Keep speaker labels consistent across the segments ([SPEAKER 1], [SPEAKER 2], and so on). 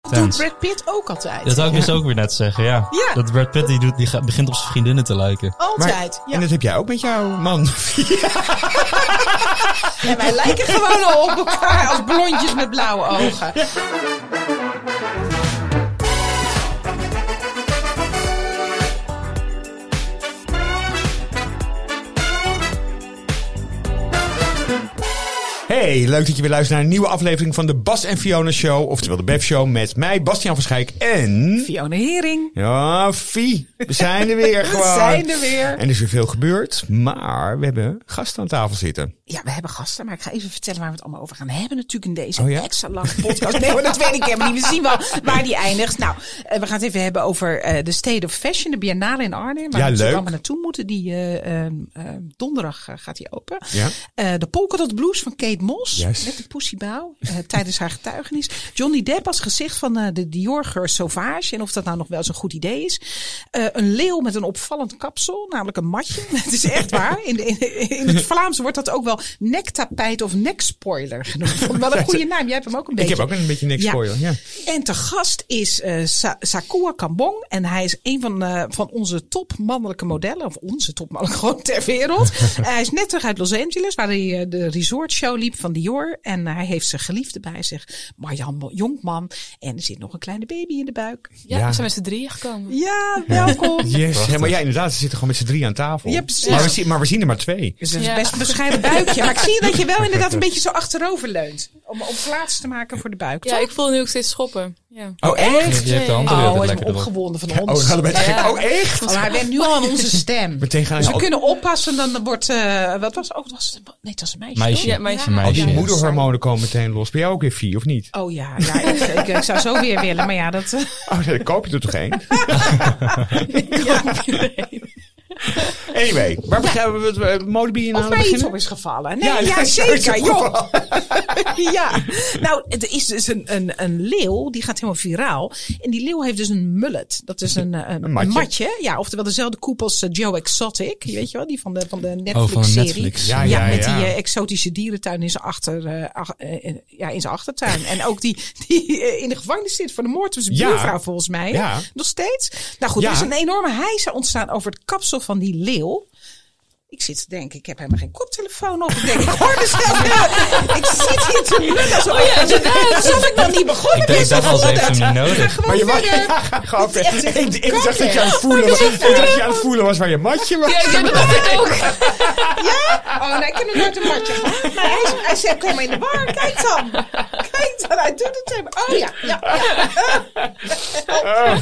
[SPEAKER 1] doet
[SPEAKER 2] fans.
[SPEAKER 1] Brad Pitt ook altijd.
[SPEAKER 3] Dat wou ik dus ook weer net zeggen, ja.
[SPEAKER 1] Ja.
[SPEAKER 3] Dat Brad Pitt die doet, die gaat- begint op zijn vriendinnen te lijken.
[SPEAKER 2] Maar-
[SPEAKER 1] Altijd. ja.
[SPEAKER 2] En dat heb jij ook met jouw man.
[SPEAKER 1] En wij lijken gewoon al op elkaar als blondjes met blauwe ogen.
[SPEAKER 2] Hey, leuk dat je weer luistert naar een nieuwe aflevering van de Bas en Fiona Show. Oftewel de Beb Show met mij, Bastiaan van Schijk en...
[SPEAKER 1] Fiona Hering.
[SPEAKER 2] Ja, Fie. We zijn er weer gewoon.
[SPEAKER 1] zijn er weer.
[SPEAKER 2] En er is weer veel gebeurd, maar we hebben gasten aan tafel zitten.
[SPEAKER 1] Ja, we hebben gasten, maar ik ga even vertellen waar we het allemaal over gaan hebben. Natuurlijk in deze
[SPEAKER 2] Oh ja?
[SPEAKER 1] extra lange podcast. Nee, maar dat weet ik helemaal niet. We zien wel waar die eindigt. Nou, eh, we gaan het even hebben over eh, de State of Fashion, de Biennale in Arnhem. Waar
[SPEAKER 2] Ja,
[SPEAKER 1] we
[SPEAKER 2] leuk.
[SPEAKER 1] allemaal naartoe moeten. Die eh, ehm, ehm, donderdag eh, gaat die open.
[SPEAKER 2] Ja.
[SPEAKER 1] Eh, de Polkadot Blues van Kate Moss.
[SPEAKER 2] Juist.
[SPEAKER 1] Met de poesiebouw eh, tijdens haar getuigenis. Johnny Depp als gezicht van eh, de Dior geur Sauvage. En of dat nou nog wel eens een goed idee is. Eh, een leeuw met een opvallend kapsel, namelijk een matje. Het is echt waar. In, de- in, in het Vlaams wordt dat ook wel nektapijt of nekspoiler genoemd. Vond ik Wel een goede naam. Jij hebt hem ook een beetje.
[SPEAKER 2] Ik heb ook een beetje niks
[SPEAKER 1] Ja.
[SPEAKER 2] voor je. Ja.
[SPEAKER 1] En te gast is eh, Sa- Sakua Kambong. En hij is een van, eh, van onze top mannelijke modellen. Of onze top mannelijke gewoon ter wereld. Eh, hij is net terug uit Los Angeles, waar hij eh, de resort show liep van Dior. En hij heeft zijn geliefde bij zich, Marjan Mo- Jonkman. En er zit nog een kleine baby in de buik.
[SPEAKER 4] Ja,
[SPEAKER 2] Ja.
[SPEAKER 4] we zijn met z'n drieën gekomen.
[SPEAKER 1] Ja, welkom.
[SPEAKER 2] Yes. Ja, maar ja, inderdaad, ze zitten gewoon met z'n drie aan tafel.
[SPEAKER 1] Ja, precies.
[SPEAKER 2] Maar we, zien, maar we zien er maar twee.
[SPEAKER 1] Dus dat is
[SPEAKER 4] Ja.
[SPEAKER 1] best een bescheiden buikje. Maar ik zie dat je wel inderdaad een beetje zo achterover leunt. Om, om plaats te maken voor de buik.
[SPEAKER 4] Ja,
[SPEAKER 1] toch?
[SPEAKER 4] ik voel nu ook steeds schoppen. Ja.
[SPEAKER 2] Oh, echt?
[SPEAKER 3] Je hebt de hand er weer
[SPEAKER 1] Oh, hij is
[SPEAKER 3] altijd
[SPEAKER 1] me
[SPEAKER 3] lekker erop.
[SPEAKER 1] opgewonden van
[SPEAKER 2] Oh, we
[SPEAKER 1] ons.
[SPEAKER 2] gaan erbij te
[SPEAKER 4] Ja.
[SPEAKER 2] gek. Oh, echt?
[SPEAKER 1] Oh, hij bent nu al aan onze stem.
[SPEAKER 2] Meteen gaan Oh,
[SPEAKER 1] Dus
[SPEAKER 2] ze
[SPEAKER 1] we
[SPEAKER 2] al,
[SPEAKER 1] kunnen oppassen, dan wordt. eh, wat was. Oh, het was het, nee, het was een meisje.
[SPEAKER 3] Meisje.
[SPEAKER 4] Ja, meisje,
[SPEAKER 2] al oh, die
[SPEAKER 3] meisje.
[SPEAKER 4] Ja.
[SPEAKER 2] moederhormonen komen meteen los. Ben jij ook weer vier, of niet?
[SPEAKER 1] toch? Oh ja, ja ik, ik, ik zou zo weer willen, maar ja, dat. eh,
[SPEAKER 2] Oh, dan koop je er toch één? Anyway, waar beginnen we het eh, modebiennale
[SPEAKER 1] of mij iets
[SPEAKER 2] beginnen?
[SPEAKER 1] op is gevallen. Nee,
[SPEAKER 2] Ja,
[SPEAKER 1] ja,
[SPEAKER 2] dat is
[SPEAKER 1] zeker,
[SPEAKER 2] ook
[SPEAKER 1] joh. ja. Nou, er is dus een, een, een leeuw, die gaat helemaal viraal. En die leeuw heeft dus een mullet. Dat is een, eh, een,
[SPEAKER 2] Een
[SPEAKER 1] een
[SPEAKER 2] matje.
[SPEAKER 1] matje. Ja, oftewel dezelfde koep als eh, Joe Exotic. Je weet je wel, die van de, van de
[SPEAKER 3] Oh, van
[SPEAKER 1] Netflix-serie.
[SPEAKER 3] Netflix.
[SPEAKER 2] Ja,
[SPEAKER 1] ja, met die eh, exotische dierentuin in zijn, achter, eh, ach- eh, eh, ja, in zijn achtertuin. en ook die, die eh, in de gevangenis zit voor de moord op zijn
[SPEAKER 2] Ja.
[SPEAKER 1] buurvrouw, volgens mij.
[SPEAKER 2] Ja.
[SPEAKER 1] Nog steeds. Nou goed,
[SPEAKER 2] Ja.
[SPEAKER 1] er is een enorme hijsa ontstaan over het kapsel van die leeuw. Ik zit te denken, ik heb helemaal geen koptelefoon op. Ik denk, ik hoor mezelf. helemaal- Ik zit hier te lullen. Alsof, ik- alsof ik dan niet begonnen
[SPEAKER 3] Ik
[SPEAKER 1] ben.
[SPEAKER 3] denk dat was
[SPEAKER 1] Gewoon
[SPEAKER 3] even niet
[SPEAKER 1] Ga
[SPEAKER 3] nodig.
[SPEAKER 1] gewoon
[SPEAKER 2] Maar je mag
[SPEAKER 1] verder.
[SPEAKER 2] ja, ga gewoon
[SPEAKER 1] Het is echt
[SPEAKER 2] verder.
[SPEAKER 1] een Oh,
[SPEAKER 2] Ik, ik dacht dat
[SPEAKER 1] kanker.
[SPEAKER 2] je aan het voelen was. Ik dacht dat je aan het voelen was waar je matje was.
[SPEAKER 4] Ja, ik denk dat dacht ik ook.
[SPEAKER 1] Oh, nee, ik heb hem nooit een matje gehad. Maar hij, is- hij zit helemaal in de war. Kijk dan. Kijk dan, hij doet het helemaal. Oh ja, ja, ja.
[SPEAKER 3] Ah.
[SPEAKER 2] Oh,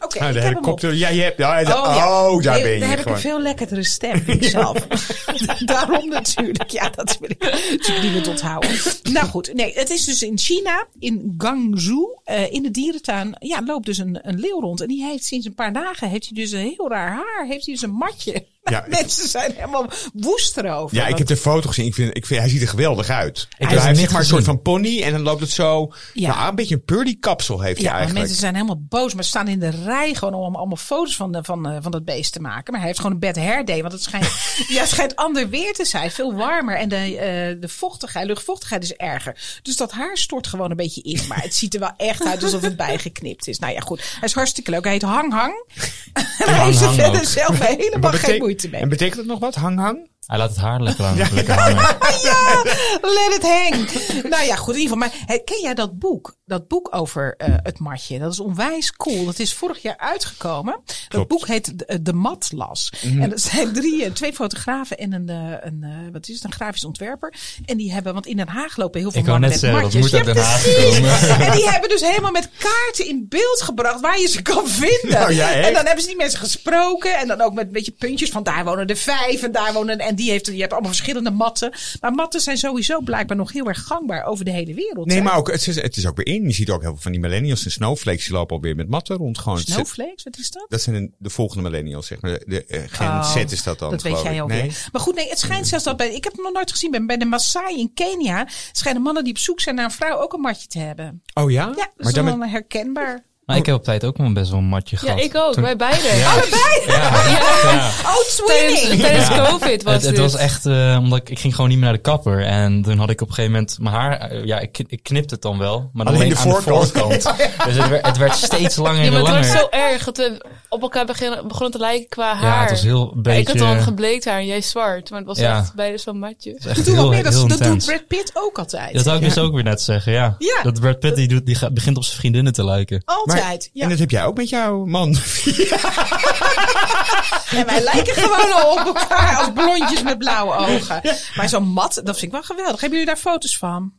[SPEAKER 1] Oké, ik
[SPEAKER 2] nou, de
[SPEAKER 1] heb hem op.
[SPEAKER 2] helikopter. Ja, je hebt. Ja, hij-
[SPEAKER 1] Oh, ja.
[SPEAKER 2] oh, daar
[SPEAKER 1] Nee,
[SPEAKER 2] ben je
[SPEAKER 1] Dan heb ik
[SPEAKER 2] gewoon.
[SPEAKER 1] een veel lekkerdere stem vind ik zelf. Daarom natuurlijk. Ja, dat wil ik natuurlijk niet meer onthouden. Nou goed, nee, het is dus in China, in Guangzhou, eh, in de dierentuin. Ja, loopt dus een, een leeuw rond. En die heeft sinds een paar dagen, heeft hij dus een heel raar haar. Heeft hij dus een matje.
[SPEAKER 2] Ja, ik-
[SPEAKER 1] Mensen zijn helemaal woest erover.
[SPEAKER 2] Ja, ik heb de foto gezien. Ik vind, ik vind, hij ziet er geweldig uit. Ik
[SPEAKER 3] heb
[SPEAKER 2] hij heeft
[SPEAKER 3] hem
[SPEAKER 2] zeg
[SPEAKER 3] niet
[SPEAKER 2] maar een
[SPEAKER 3] gezien.
[SPEAKER 2] soort van pony en dan loopt het zo.
[SPEAKER 1] Ja.
[SPEAKER 2] Nou, een beetje een purdy kapsel heeft hij
[SPEAKER 1] Ja, maar
[SPEAKER 2] eigenlijk.
[SPEAKER 1] mensen zijn helemaal boos, maar ze staan in de rij gewoon om allemaal foto's van, de- van, eh, van dat beest te maken. Maar hij heeft gewoon een bad hair day, want het schijnt, ja, het schijnt ander weer te zijn, veel warmer. En de, eh, de vochtigheid, luchtvochtigheid is erger. Dus dat haar stort gewoon een beetje in, maar het ziet er wel echt uit alsof het bijgeknipt is. Nou ja, goed, hij is hartstikke leuk. Hij heet Hang Hang. En hij heeft er
[SPEAKER 3] Hang
[SPEAKER 1] verder
[SPEAKER 3] ook.
[SPEAKER 1] zelf helemaal
[SPEAKER 2] Maar
[SPEAKER 1] geen
[SPEAKER 2] betek-
[SPEAKER 1] moeite mee.
[SPEAKER 2] En betekent dat nog wat? Hang hang?
[SPEAKER 3] Hij laat het haar lekker, aan, lekker hangen.
[SPEAKER 1] ja, let it hang. Nou ja, goed, in ieder geval. Maar hey, ken jij dat boek? Dat boek over eh, het matje. Dat is onwijs cool. Dat is vorig jaar uitgekomen.
[SPEAKER 2] Klopt.
[SPEAKER 1] Dat boek heet De, eh, de Matlas.
[SPEAKER 3] Mhm.
[SPEAKER 1] En dat zijn drie, eh, twee fotografen en een, eh, een, eh, wat is het, een grafisch ontwerper. En die hebben, want in Den Haag lopen heel veel
[SPEAKER 3] Ik wou
[SPEAKER 1] mannen
[SPEAKER 3] net
[SPEAKER 1] met
[SPEAKER 3] zeggen,
[SPEAKER 1] matjes.
[SPEAKER 3] dat moet uit
[SPEAKER 1] Ja,
[SPEAKER 3] Den Haag
[SPEAKER 1] precies.
[SPEAKER 3] komen.
[SPEAKER 1] En die hebben dus helemaal met kaarten in beeld gebracht waar je ze kan vinden.
[SPEAKER 2] Nou ja, echt.
[SPEAKER 1] en dan hebben ze die mensen gesproken. En dan ook met een beetje puntjes van daar wonen de vijf en daar wonen. En die heeft, je hebt allemaal verschillende matten. Maar matten zijn sowieso blijkbaar nog heel erg gangbaar over de hele wereld.
[SPEAKER 2] Nee,
[SPEAKER 1] hè?
[SPEAKER 2] maar ook, het, is, het is ook weer in. Je ziet ook heel veel van die millennials en snowflakes. Die lopen alweer met matten rond. Gewoon. Het zit-
[SPEAKER 1] Snowflakes, wat is dat?
[SPEAKER 2] Dat zijn de volgende millennials, zeg maar. De, de, eh, Gen
[SPEAKER 1] Oh,
[SPEAKER 2] Z is dat dan,
[SPEAKER 1] Dat weet
[SPEAKER 2] geloof
[SPEAKER 1] jij
[SPEAKER 2] ik.
[SPEAKER 1] ook
[SPEAKER 2] Nee?
[SPEAKER 1] weer. Maar goed, nee, het schijnt zelfs dat bij... Ik heb het nog nooit gezien. Bij, bij de Maasai in Kenia schijnen mannen die op zoek zijn naar een vrouw ook een matje te hebben.
[SPEAKER 2] Oh ja?
[SPEAKER 1] Ja, dat
[SPEAKER 2] maar
[SPEAKER 1] is
[SPEAKER 2] dan
[SPEAKER 1] dan
[SPEAKER 2] met,
[SPEAKER 1] wel herkenbaar.
[SPEAKER 3] Maar ik heb op tijd ook wel best wel een matje
[SPEAKER 4] Ja,
[SPEAKER 3] gehad.
[SPEAKER 4] ik ook.
[SPEAKER 3] Toen-
[SPEAKER 4] Wij beide.
[SPEAKER 3] Ja. Ja, ja.
[SPEAKER 1] Oh,
[SPEAKER 4] Tijdens,
[SPEAKER 1] twinning!
[SPEAKER 4] tijdens
[SPEAKER 3] Ja.
[SPEAKER 4] COVID was dus-
[SPEAKER 3] Het,
[SPEAKER 4] dit.
[SPEAKER 3] het was echt, eh, omdat ik, ik ging gewoon niet meer naar de kapper. En toen had ik op een gegeven moment mijn haar, eh, ja, ik, kn- ik knipte het dan wel. Maar dan
[SPEAKER 2] Alleen
[SPEAKER 3] alleen,
[SPEAKER 2] de
[SPEAKER 3] aan de
[SPEAKER 2] voorkant.
[SPEAKER 3] voorkant. Dus het werd, het werd steeds langer
[SPEAKER 4] Ja,
[SPEAKER 3] en
[SPEAKER 4] maar het
[SPEAKER 3] langer.
[SPEAKER 4] was zo erg dat we op elkaar beginnen, begonnen te lijken qua haar.
[SPEAKER 3] ja, het was heel beetje...
[SPEAKER 4] Ik had dan gebleekt haar en jij zwart. Maar het was
[SPEAKER 3] Ja.
[SPEAKER 4] echt beide zo'n matje.
[SPEAKER 3] het was echt
[SPEAKER 1] Doe wat
[SPEAKER 3] heel-
[SPEAKER 1] meer,
[SPEAKER 3] heel
[SPEAKER 1] dat, dat doet
[SPEAKER 3] intens.
[SPEAKER 1] Brad Pitt ook altijd.
[SPEAKER 3] Dat wou ik dus ook weer net zeggen, ja.
[SPEAKER 1] Ja.
[SPEAKER 3] Dat Brad Pitt, die, doet, die gaat- begint op zijn vriendinnen te lijken.
[SPEAKER 1] Altijd. ja.
[SPEAKER 2] En dat heb jij ook met jouw man.
[SPEAKER 1] En wij lijken gewoon al op elkaar als blondjes met blauwe ogen. Maar zo mat, dat vind ik wel geweldig. Hebben jullie daar foto's van?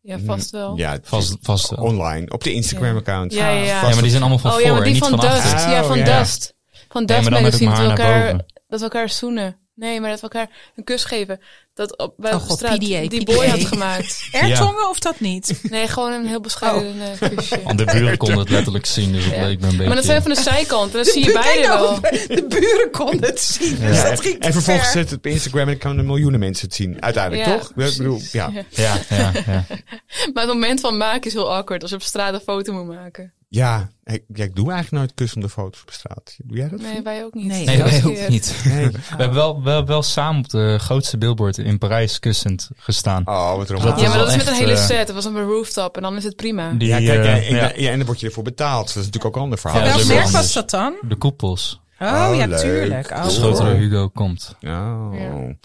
[SPEAKER 4] Ja, vast wel.
[SPEAKER 2] Ja,
[SPEAKER 3] Vast, vast wel.
[SPEAKER 2] online, op de Instagram-account.
[SPEAKER 4] Ja, ja, ja.
[SPEAKER 3] Ja, maar die zijn allemaal van
[SPEAKER 4] oh
[SPEAKER 3] voor
[SPEAKER 4] ja, maar
[SPEAKER 3] en
[SPEAKER 4] die
[SPEAKER 3] niet van
[SPEAKER 4] van, Dust.
[SPEAKER 3] achter.
[SPEAKER 2] achter.
[SPEAKER 4] Ja,
[SPEAKER 2] Oh,
[SPEAKER 4] van
[SPEAKER 2] ja.
[SPEAKER 4] Dust. Van
[SPEAKER 3] Nee,
[SPEAKER 4] Dust
[SPEAKER 3] maar dan met
[SPEAKER 4] Magazine
[SPEAKER 3] het
[SPEAKER 4] dat we
[SPEAKER 3] maar naar
[SPEAKER 4] elkaar,
[SPEAKER 3] boven.
[SPEAKER 4] dat we elkaar zoenen. Nee, maar dat we elkaar een kus geven. Dat op, bij
[SPEAKER 1] Oh
[SPEAKER 4] op
[SPEAKER 1] god,
[SPEAKER 4] straat
[SPEAKER 1] PDA,
[SPEAKER 4] die
[SPEAKER 1] PDA.
[SPEAKER 4] boy had gemaakt.
[SPEAKER 1] Ertongen of dat niet?
[SPEAKER 4] Nee, gewoon een heel bescheiden eh, kusje.
[SPEAKER 3] Want de buren konden het letterlijk zien, dus het
[SPEAKER 4] Ja.
[SPEAKER 3] leek me een beetje...
[SPEAKER 4] Maar dat zijn van de zijkant. En dat
[SPEAKER 1] De
[SPEAKER 4] zie je
[SPEAKER 1] buren-
[SPEAKER 4] beide
[SPEAKER 1] kijk nou,
[SPEAKER 4] wel.
[SPEAKER 1] De buren konden het zien. Dus
[SPEAKER 2] Ja,
[SPEAKER 1] dat ging
[SPEAKER 2] en vervolgens
[SPEAKER 1] ver.
[SPEAKER 2] zet het op Instagram en dan kunnen miljoenen mensen het zien. Uiteindelijk,
[SPEAKER 4] Ja,
[SPEAKER 2] toch? Ik bedoel, ja.
[SPEAKER 3] Ja, ja, ja.
[SPEAKER 4] Maar het moment van maken is heel awkward. Als je op straat een foto moet maken.
[SPEAKER 2] Ja, ik, ja, ik doe eigenlijk nooit kussende foto's op straat. Doe jij dat?
[SPEAKER 4] Nee, wij ook niet.
[SPEAKER 1] Nee.
[SPEAKER 3] Nee,
[SPEAKER 1] Dat
[SPEAKER 3] wij
[SPEAKER 4] is
[SPEAKER 3] ook
[SPEAKER 4] weer-
[SPEAKER 3] niet.
[SPEAKER 2] Nee.
[SPEAKER 3] We hebben wel, wel, wel samen op de grootste billboard in Parijs kussend gestaan.
[SPEAKER 2] Oh, wat
[SPEAKER 3] Dat
[SPEAKER 2] romantisch.
[SPEAKER 4] Ja, maar
[SPEAKER 3] wel
[SPEAKER 4] dat is met een
[SPEAKER 3] echt,
[SPEAKER 4] hele
[SPEAKER 3] eh,
[SPEAKER 4] set. Dat was op een rooftop en dan is het prima.
[SPEAKER 3] Die,
[SPEAKER 2] Ja, kijk,
[SPEAKER 3] eh,
[SPEAKER 2] ja, ik-
[SPEAKER 3] ja,
[SPEAKER 2] ja, en dan word je ervoor betaald. Dat is natuurlijk ook een ander verhaal.
[SPEAKER 3] Ja,
[SPEAKER 1] Welk
[SPEAKER 3] dat is ook
[SPEAKER 1] merk
[SPEAKER 3] wel
[SPEAKER 1] was
[SPEAKER 3] anders.
[SPEAKER 1] dat dan?
[SPEAKER 3] de koepels.
[SPEAKER 1] Oh, ja,
[SPEAKER 2] leuk.
[SPEAKER 1] tuurlijk.
[SPEAKER 2] Dat
[SPEAKER 1] Oh,
[SPEAKER 2] is
[SPEAKER 3] Schoot
[SPEAKER 2] groter.
[SPEAKER 1] hoor.
[SPEAKER 3] door Hugo komt.
[SPEAKER 2] Oh.
[SPEAKER 4] Ja.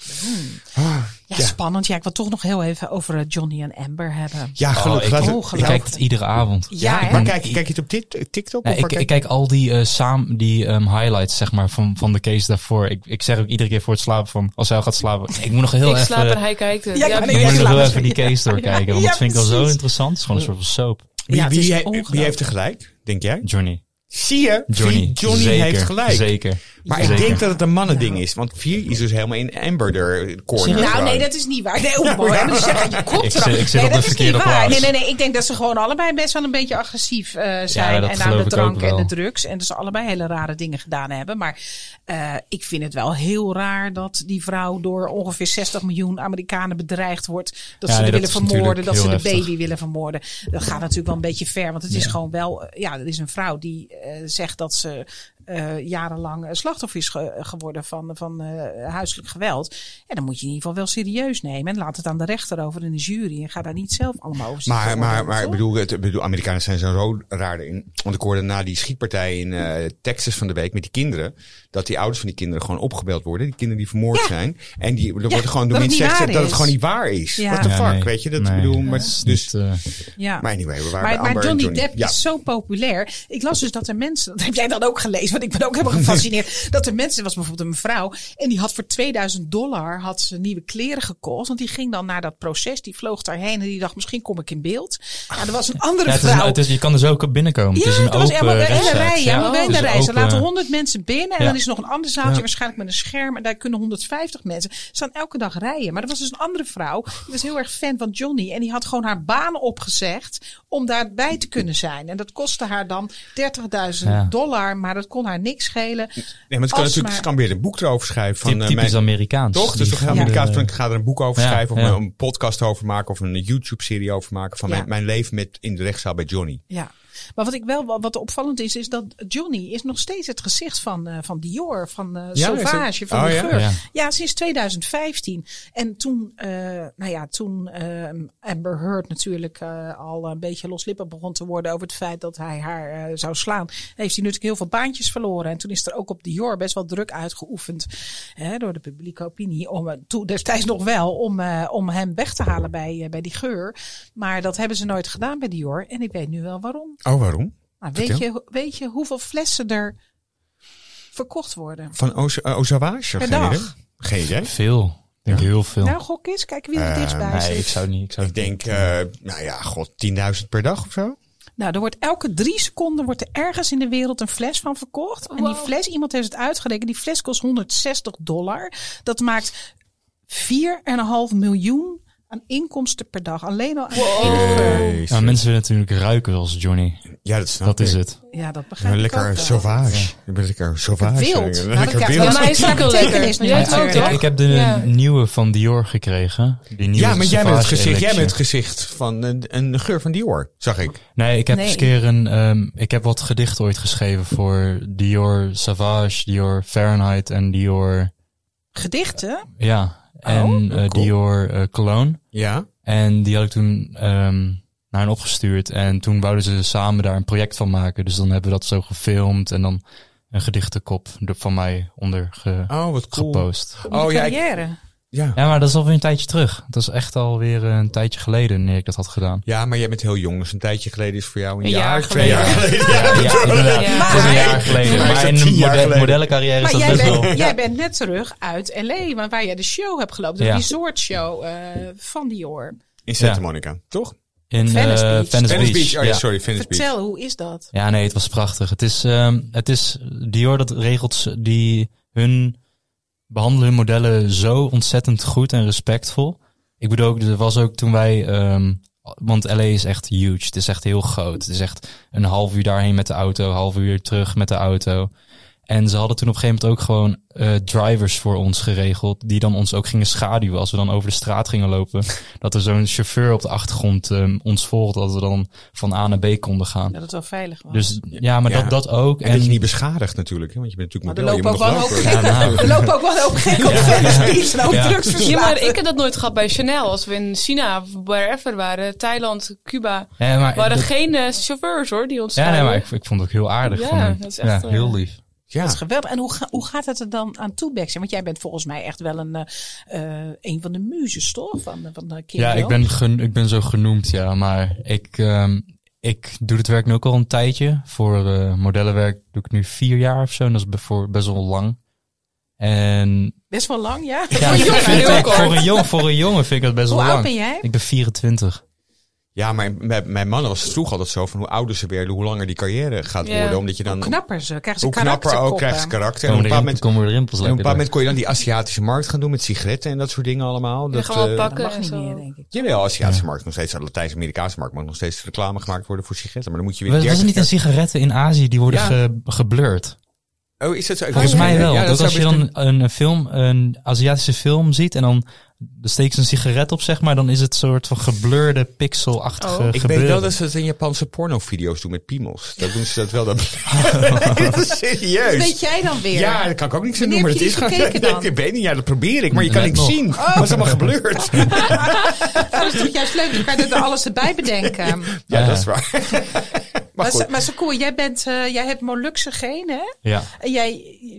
[SPEAKER 2] Ah,
[SPEAKER 1] ja,
[SPEAKER 2] Ja.
[SPEAKER 1] spannend. Ja, ik wil toch nog heel even over eh, Johnny en Amber hebben.
[SPEAKER 2] Ja, gelukkig.
[SPEAKER 3] Oh, ik-
[SPEAKER 2] laten we-
[SPEAKER 1] oh,
[SPEAKER 3] Ik kijk het iedere avond.
[SPEAKER 1] Ja, hè?
[SPEAKER 2] Maar
[SPEAKER 3] En
[SPEAKER 2] kijk,
[SPEAKER 3] ik-
[SPEAKER 2] kijk je het op dit, TikTok?
[SPEAKER 3] Nee, Nou,
[SPEAKER 2] of
[SPEAKER 3] ik,
[SPEAKER 2] waar
[SPEAKER 3] ik
[SPEAKER 2] kijk-
[SPEAKER 3] kijk al die, eh, saam, die ehm, highlights zeg maar, van, van de case daarvoor. Ik, ik zeg ook iedere keer voor het slapen van, als hij al gaat slapen. Ik moet nog heel
[SPEAKER 4] ik
[SPEAKER 3] even,
[SPEAKER 4] slaap en hij kijkt het.
[SPEAKER 1] Ja,
[SPEAKER 4] Ja,
[SPEAKER 1] ik-
[SPEAKER 4] heb
[SPEAKER 3] ik
[SPEAKER 1] jij
[SPEAKER 3] moet nog heel
[SPEAKER 1] slaapt.
[SPEAKER 3] even die case doorkijken. Want
[SPEAKER 1] Ja,
[SPEAKER 3] dat vind ik al zo
[SPEAKER 1] precies.
[SPEAKER 3] interessant. Het is gewoon een soort van soap.
[SPEAKER 2] Wie,
[SPEAKER 1] Ja, het
[SPEAKER 2] wie,
[SPEAKER 1] is
[SPEAKER 2] he-
[SPEAKER 1] ongelooflijk.
[SPEAKER 2] wie heeft er gelijk, denk jij?
[SPEAKER 3] Johnny.
[SPEAKER 2] Zie je?
[SPEAKER 3] Johnny.
[SPEAKER 2] Wie- Johnny
[SPEAKER 3] Zeker,
[SPEAKER 2] heeft gelijk.
[SPEAKER 3] Zeker.
[SPEAKER 2] Maar ik
[SPEAKER 3] Zeker.
[SPEAKER 2] denk dat het een mannending is. Want vier is dus helemaal in Amber de corner.
[SPEAKER 1] Nou,
[SPEAKER 2] gewoon.
[SPEAKER 1] nee, dat is niet waar. Nee, oh, mooi. Dan zeg je, je komt
[SPEAKER 3] Ik
[SPEAKER 1] eraf.
[SPEAKER 3] zit- ik zit
[SPEAKER 1] nee, dat
[SPEAKER 3] op de
[SPEAKER 1] is niet
[SPEAKER 3] verkeerde
[SPEAKER 1] waar.
[SPEAKER 3] plaats.
[SPEAKER 1] Nee, nee, nee. Ik denk dat ze gewoon allebei best wel een beetje agressief eh, zijn.
[SPEAKER 3] Ja, dat
[SPEAKER 1] en aan
[SPEAKER 3] geloof
[SPEAKER 1] de
[SPEAKER 3] ik
[SPEAKER 1] drank
[SPEAKER 3] ook
[SPEAKER 1] en
[SPEAKER 3] wel.
[SPEAKER 1] de drugs. En dat ze allebei hele rare dingen gedaan hebben. Maar eh, ik vind het wel heel raar dat die vrouw door ongeveer 60 miljoen Amerikanen bedreigd wordt. Dat
[SPEAKER 3] Ja,
[SPEAKER 1] ze haar
[SPEAKER 3] nee, dat
[SPEAKER 1] willen
[SPEAKER 3] is natuurlijk
[SPEAKER 1] vermoorden. Dat ze de
[SPEAKER 3] heel heftig.
[SPEAKER 1] baby willen vermoorden. Dat gaat natuurlijk wel een beetje ver. Want het is gewoon wel. eh, Ja, er is een vrouw die eh, zegt dat ze eh, jarenlang eh, slachtoffer is ge- geworden van, van eh, huiselijk geweld. En dan moet je in ieder geval wel serieus nemen. En laat het aan de rechter over in de jury. En ga daar niet zelf allemaal over zitten
[SPEAKER 2] Maar, maar,
[SPEAKER 1] oordelen,
[SPEAKER 2] maar ik
[SPEAKER 1] toch?
[SPEAKER 2] bedoel, het, ik bedoel, Amerikanen zijn zo ro- raar in. Want ik hoorde na die schietpartij in eh, Texas van de week met die kinderen. dat die ouders van die kinderen gewoon opgebeld worden. Die kinderen die vermoord
[SPEAKER 1] Ja.
[SPEAKER 2] zijn. En die, er wordt
[SPEAKER 1] dat
[SPEAKER 2] gewoon door
[SPEAKER 1] het
[SPEAKER 2] mensen
[SPEAKER 1] niet
[SPEAKER 2] gezegd
[SPEAKER 1] waar
[SPEAKER 2] dat het
[SPEAKER 1] is.
[SPEAKER 2] gewoon niet waar is.
[SPEAKER 1] Ja.
[SPEAKER 2] What the
[SPEAKER 3] Ja,
[SPEAKER 2] fuck,
[SPEAKER 3] nee.
[SPEAKER 2] weet je? Dat
[SPEAKER 3] Nee.
[SPEAKER 2] bedoel, maar, het is dus,
[SPEAKER 3] Niet, eh,
[SPEAKER 1] Ja.
[SPEAKER 2] maar anyway, we waren bij
[SPEAKER 1] Maar, maar
[SPEAKER 2] Amber en
[SPEAKER 1] Johnny,
[SPEAKER 2] Johnny
[SPEAKER 1] Depp
[SPEAKER 2] Ja.
[SPEAKER 1] is zo populair. Ik las dus dat er mensen. Dat heb jij dan ook gelezen, want ik ben ook helemaal gefascineerd. dat er mensen. Er was bijvoorbeeld een mevrouw. En die had voor 2000 dollar had ze nieuwe kleren gekocht. Want die ging dan naar dat proces. Die vloog daarheen en die dacht: misschien kom ik in beeld. Nou, er was een andere
[SPEAKER 3] ja, het is een-
[SPEAKER 1] vrouw.
[SPEAKER 3] het is- je kan dus ook binnenkomen. het is een
[SPEAKER 1] Ja, er was
[SPEAKER 3] open
[SPEAKER 1] helemaal een hele
[SPEAKER 3] rechtszaak.
[SPEAKER 1] rij. Ja, maar
[SPEAKER 3] het is
[SPEAKER 1] een rij. Ze
[SPEAKER 3] open.
[SPEAKER 1] laten honderd mensen binnen. En
[SPEAKER 3] Ja.
[SPEAKER 1] dan is er nog een ander zaaltje,
[SPEAKER 3] Ja.
[SPEAKER 1] waarschijnlijk met een scherm. En daar kunnen 150 mensen. Ze staan elke dag rijen. Maar er was dus een andere vrouw. Die was heel erg fan van Johnny. En die had gewoon haar baan opgezegd om daarbij te kunnen zijn. En dat kostte haar dan 30.000
[SPEAKER 3] Ja.
[SPEAKER 1] dollar. Maar dat kon haar niks schelen.
[SPEAKER 2] Nee, maar het kan
[SPEAKER 1] Als
[SPEAKER 2] natuurlijk,
[SPEAKER 1] maar-
[SPEAKER 2] ze kan weer een boek erover schrijven. Van,
[SPEAKER 3] Typ-
[SPEAKER 2] eh,
[SPEAKER 3] Typisch
[SPEAKER 2] mijn-
[SPEAKER 3] Amerikaans.
[SPEAKER 2] Toch? Dus
[SPEAKER 3] Die
[SPEAKER 2] toch gaan
[SPEAKER 3] gaan
[SPEAKER 2] Amerikaans
[SPEAKER 3] de-
[SPEAKER 2] van, ik ga er een boek over
[SPEAKER 3] Ja,
[SPEAKER 2] schrijven. Of
[SPEAKER 3] ja.
[SPEAKER 2] een podcast over maken. Of een YouTube-serie over maken. Van
[SPEAKER 1] Ja.
[SPEAKER 2] mijn, mijn leven met, in de rechtszaal bij Johnny.
[SPEAKER 1] Ja. Maar wat ik wel wa- wat opvallend is, is dat Johnny is nog steeds het gezicht van, eh, van Dior, van eh,
[SPEAKER 2] Ja, is het-
[SPEAKER 1] Sauvage, van
[SPEAKER 2] Oh,
[SPEAKER 1] de
[SPEAKER 2] ja?
[SPEAKER 1] geur.
[SPEAKER 3] Ja.
[SPEAKER 1] Ja. sinds 2015. En toen, eh, nou ja, toen ehm, Amber Heard natuurlijk eh, al een beetje loslippig begon te worden over het feit dat hij haar eh, zou slaan, heeft hij natuurlijk heel veel baantjes verloren. En toen is er ook op Dior best wel druk uitgeoefend hè, door de publieke opinie om eh, toen destijds nog wel om, eh, om hem weg te halen bij, eh, bij die geur. Maar dat hebben ze nooit gedaan bij Dior. En ik weet nu wel waarom.
[SPEAKER 2] Oh, waarom?
[SPEAKER 1] Nou,
[SPEAKER 2] Vertel.
[SPEAKER 1] weet, je, weet je hoeveel flessen er verkocht worden?
[SPEAKER 2] Van Oz- eh, Ozawage?
[SPEAKER 1] Per
[SPEAKER 2] Geen
[SPEAKER 1] dag.
[SPEAKER 2] idee. Geen idee.
[SPEAKER 3] Veel. Ik denk heel veel.
[SPEAKER 1] Nou, gok eens, kijk wie er
[SPEAKER 2] Eh,
[SPEAKER 1] dichtstbij bij
[SPEAKER 3] nee,
[SPEAKER 1] zit.
[SPEAKER 3] ik zou niet. Ik zou
[SPEAKER 2] Ik
[SPEAKER 3] het
[SPEAKER 2] denk,
[SPEAKER 3] niet,
[SPEAKER 2] eh,
[SPEAKER 3] eh,
[SPEAKER 2] nou ja, god, 10.000 per dag of zo.
[SPEAKER 1] Nou, er wordt elke drie seconden wordt er ergens in de wereld een fles van verkocht. En die
[SPEAKER 4] Wow.
[SPEAKER 1] fles, iemand heeft het uitgerekend, die fles kost 160 dollar. Dat maakt 4,5 miljoen aan inkomsten per dag. Alleen al aan Oh.
[SPEAKER 2] Jezus.
[SPEAKER 3] Ja, mensen willen natuurlijk ruiken zoals Johnny.
[SPEAKER 2] Ja, dat snap
[SPEAKER 3] Dat
[SPEAKER 2] ik.
[SPEAKER 3] is het.
[SPEAKER 1] Ja, dat begrijp
[SPEAKER 2] Ja,
[SPEAKER 1] ik ook
[SPEAKER 2] lekker
[SPEAKER 1] wel.
[SPEAKER 2] sauvage. Ik ben lekker sauvage.
[SPEAKER 1] Wild.
[SPEAKER 2] Ja,
[SPEAKER 1] Nou, dat
[SPEAKER 2] Lekker
[SPEAKER 1] krijg je
[SPEAKER 2] wild.
[SPEAKER 1] wel
[SPEAKER 4] maar hij is ook heel lekker.
[SPEAKER 1] Betekenis
[SPEAKER 4] Jij hebt
[SPEAKER 1] natuurlijk.
[SPEAKER 4] ook, toch?
[SPEAKER 3] Ik heb de
[SPEAKER 4] Ja.
[SPEAKER 3] nieuwe van Dior gekregen. Die nieuwe
[SPEAKER 2] Ja, maar jij bent, het
[SPEAKER 3] Sauvage
[SPEAKER 2] gezicht, jij
[SPEAKER 3] Elixir.
[SPEAKER 2] bent het gezicht van een, een geur van Dior, zag ik.
[SPEAKER 3] Nee, ik heb
[SPEAKER 1] Nee.
[SPEAKER 3] eens keer een. ehm, ik heb wat gedichten ooit geschreven voor Dior Savage, Dior Fahrenheit en Dior.
[SPEAKER 1] Gedichten?
[SPEAKER 3] Ja, en
[SPEAKER 4] Oh,
[SPEAKER 3] eh,
[SPEAKER 2] cool.
[SPEAKER 3] Dior eh, Cologne.
[SPEAKER 2] Ja.
[SPEAKER 3] En die had ik toen ehm, naar hen opgestuurd. En toen wouden ze samen daar een project van maken. Dus dan hebben we dat zo gefilmd en dan een gedichtenkop er van mij onder ge-
[SPEAKER 2] Oh, wat cool.
[SPEAKER 3] gepost.
[SPEAKER 2] Oh ja, ik-
[SPEAKER 1] carrière.
[SPEAKER 2] ja.
[SPEAKER 3] Ja, maar dat is alweer een tijdje terug. Dat is echt alweer een tijdje geleden wanneer ik dat had gedaan.
[SPEAKER 2] ja, maar jij bent heel jong, dus een tijdje geleden is voor jou een,
[SPEAKER 4] Een
[SPEAKER 2] jaar,
[SPEAKER 4] jaar
[SPEAKER 2] twee jaar
[SPEAKER 4] geleden.
[SPEAKER 2] geleden.
[SPEAKER 3] Ja, inderdaad.
[SPEAKER 4] Ja.
[SPEAKER 3] Dat is een jaar geleden.
[SPEAKER 2] Maar is
[SPEAKER 3] Maar
[SPEAKER 2] dat
[SPEAKER 3] in een
[SPEAKER 2] tien jaar
[SPEAKER 3] mode-
[SPEAKER 2] geleden?
[SPEAKER 3] modellencarrière is
[SPEAKER 1] Maar
[SPEAKER 3] dat
[SPEAKER 1] jij,
[SPEAKER 3] best wel...
[SPEAKER 1] bent, jij bent net terug uit L.A., waar- waar jij de show hebt gelopen. De
[SPEAKER 3] Ja.
[SPEAKER 1] resort show eh, van Dior.
[SPEAKER 2] In Santa
[SPEAKER 3] Ja.
[SPEAKER 2] Monica, toch?
[SPEAKER 3] In eh,
[SPEAKER 1] Venice Beach.
[SPEAKER 3] Venice Beach.
[SPEAKER 2] Venice Beach. Oh ja,
[SPEAKER 3] ja.
[SPEAKER 2] sorry, Venice Beach.
[SPEAKER 1] Vertel, hoe is dat?
[SPEAKER 3] Ja, nee, het was prachtig. Het is, ehm, het is Dior dat regelt ze- die hun behandelen hun modellen zo ontzettend goed en respectvol. Ik bedoel ook, er was ook toen wij, ehm, want LA is echt huge. Het is echt heel groot. Het is echt een half uur daarheen met de auto, half uur terug met de auto. En ze hadden toen op een gegeven moment ook gewoon eh, drivers voor ons geregeld. Die dan ons ook gingen schaduwen als we dan over de straat gingen lopen. Dat er zo'n chauffeur op de achtergrond ehm, ons volgde. Dat we dan van A naar B konden gaan.
[SPEAKER 1] Dat het wel veilig was.
[SPEAKER 3] Dus ja, maar
[SPEAKER 2] Ja.
[SPEAKER 3] Dat, dat ook.
[SPEAKER 2] En dat je niet beschadigd natuurlijk, hè, want je bent
[SPEAKER 1] maar
[SPEAKER 2] natuurlijk
[SPEAKER 1] er
[SPEAKER 2] model. Je
[SPEAKER 1] lopen
[SPEAKER 2] moet
[SPEAKER 1] ook
[SPEAKER 2] nog
[SPEAKER 1] wel ook
[SPEAKER 2] lopen.
[SPEAKER 1] gek op-
[SPEAKER 3] nou.
[SPEAKER 1] er lopen ook wel ook gek op Venice Beach en ook
[SPEAKER 3] Ja.
[SPEAKER 4] Ja, maar
[SPEAKER 1] drugsverslaafden.
[SPEAKER 4] ik heb dat nooit gehad bij Chanel. Als we in China, of wherever waren, Thailand, Cuba,
[SPEAKER 3] ja, maar,
[SPEAKER 4] waren
[SPEAKER 3] dat-
[SPEAKER 4] geen eh, chauffeurs hoor die ons
[SPEAKER 3] ja, nee,
[SPEAKER 4] zouden-
[SPEAKER 3] maar ik, ik vond het ook heel aardig
[SPEAKER 4] Ja,
[SPEAKER 3] van hem.
[SPEAKER 4] dat is echt,
[SPEAKER 3] ja,
[SPEAKER 4] eh,
[SPEAKER 3] heel lief.
[SPEAKER 2] Ja.
[SPEAKER 1] Dat is geweldig. En hoe, ga- hoe gaat het er dan aan toe, Bex? Want jij bent volgens mij echt wel een, eh, eh, een van de muzes, toch? Van, de- van eh, de
[SPEAKER 3] Ja,
[SPEAKER 1] kinderen.
[SPEAKER 3] ik ben, gen- ik ben zo genoemd, ja. Maar ik, ehm, ik doe dit werk nu ook al een tijdje. Voor eh, modellenwerk doe ik nu vier jaar of zo. En dat is bevoor- best wel lang. En
[SPEAKER 1] Best wel lang, ja?
[SPEAKER 3] ja,
[SPEAKER 4] een
[SPEAKER 3] ik
[SPEAKER 4] jongen
[SPEAKER 3] vind-
[SPEAKER 4] heel kort.
[SPEAKER 3] voor, een jongen, voor een jongen vind ik dat best
[SPEAKER 1] Hoe
[SPEAKER 3] wel
[SPEAKER 1] oud
[SPEAKER 3] lang.
[SPEAKER 1] ben jij?
[SPEAKER 3] Ik ben 24.
[SPEAKER 2] ja, maar bij, bij mannen was het vroeger altijd zo van hoe ouder ze werden, hoe langer die carrière gaat
[SPEAKER 4] Ja.
[SPEAKER 2] worden. Omdat je dan,
[SPEAKER 1] Knapper ze, eh, krijgen ze
[SPEAKER 2] hoe knapper ook
[SPEAKER 1] karakterkoppen.
[SPEAKER 2] krijgt ze karakter. En op
[SPEAKER 3] Komen de,
[SPEAKER 2] een bepaald
[SPEAKER 3] rimpel,
[SPEAKER 2] moment-
[SPEAKER 3] komen de rimpels
[SPEAKER 2] en op
[SPEAKER 3] lekker
[SPEAKER 2] een bepaald moment
[SPEAKER 3] door.
[SPEAKER 2] kon je dan die Aziatische markt gaan doen met sigaretten en dat soort dingen allemaal. Dat,
[SPEAKER 4] gewoon
[SPEAKER 2] eh,
[SPEAKER 4] pakken.
[SPEAKER 1] Dat mag niet
[SPEAKER 4] Zo.
[SPEAKER 1] meer, denk ik.
[SPEAKER 2] Jawel, Aziatische markt nog steeds, de Latijns-Amerikaanse markt mag nog steeds reclame gemaakt worden voor sigaretten. Maar dan moet je weer
[SPEAKER 3] Was, was
[SPEAKER 2] 30
[SPEAKER 3] het niet een sigaretten in Azië die worden
[SPEAKER 2] Ja.
[SPEAKER 3] ge- geblurred?
[SPEAKER 2] jaar- Oh, is dat zo? Ik
[SPEAKER 3] Volgens
[SPEAKER 2] weet het
[SPEAKER 3] mij
[SPEAKER 2] niet.
[SPEAKER 3] wel.
[SPEAKER 2] Ja,
[SPEAKER 3] dat
[SPEAKER 2] zou
[SPEAKER 3] als je
[SPEAKER 2] best-
[SPEAKER 3] dan een, een film, een Aziatische film ziet en dan steekt ze een sigaret op, zeg maar, dan is het soort van geblurde pixelachtige
[SPEAKER 4] Oh.
[SPEAKER 3] gebeuren.
[SPEAKER 2] Ik weet wel dat ze dat in Japanse pornovideo's doen met piemels. Dat doen ze dat wel. Dat... Dat is
[SPEAKER 1] Dat
[SPEAKER 2] Serieus.
[SPEAKER 1] weet jij dan weer. Oh,
[SPEAKER 2] Ja, daar kan ik ook niks aan doen.
[SPEAKER 1] Wanneer
[SPEAKER 2] Maar
[SPEAKER 1] heb
[SPEAKER 2] dat
[SPEAKER 1] je
[SPEAKER 2] is
[SPEAKER 1] die gekeken
[SPEAKER 2] gewoon.
[SPEAKER 1] dan? Oh.
[SPEAKER 2] Ik weet niet, ja, dat probeer ik. Maar je kan
[SPEAKER 3] Net
[SPEAKER 2] niks
[SPEAKER 3] nog.
[SPEAKER 2] zien. Dat is allemaal geblurred.
[SPEAKER 1] Dat is toch juist leuk. Dan kan je er alles erbij bedenken.
[SPEAKER 2] Ja,
[SPEAKER 3] Ja.
[SPEAKER 2] dat is waar. Maar
[SPEAKER 1] Maar,
[SPEAKER 2] goed.
[SPEAKER 1] Sa- maar Sakoe, jij, bent, eh, jij hebt Molukse genen. hè?
[SPEAKER 3] Ja,
[SPEAKER 1] En jij,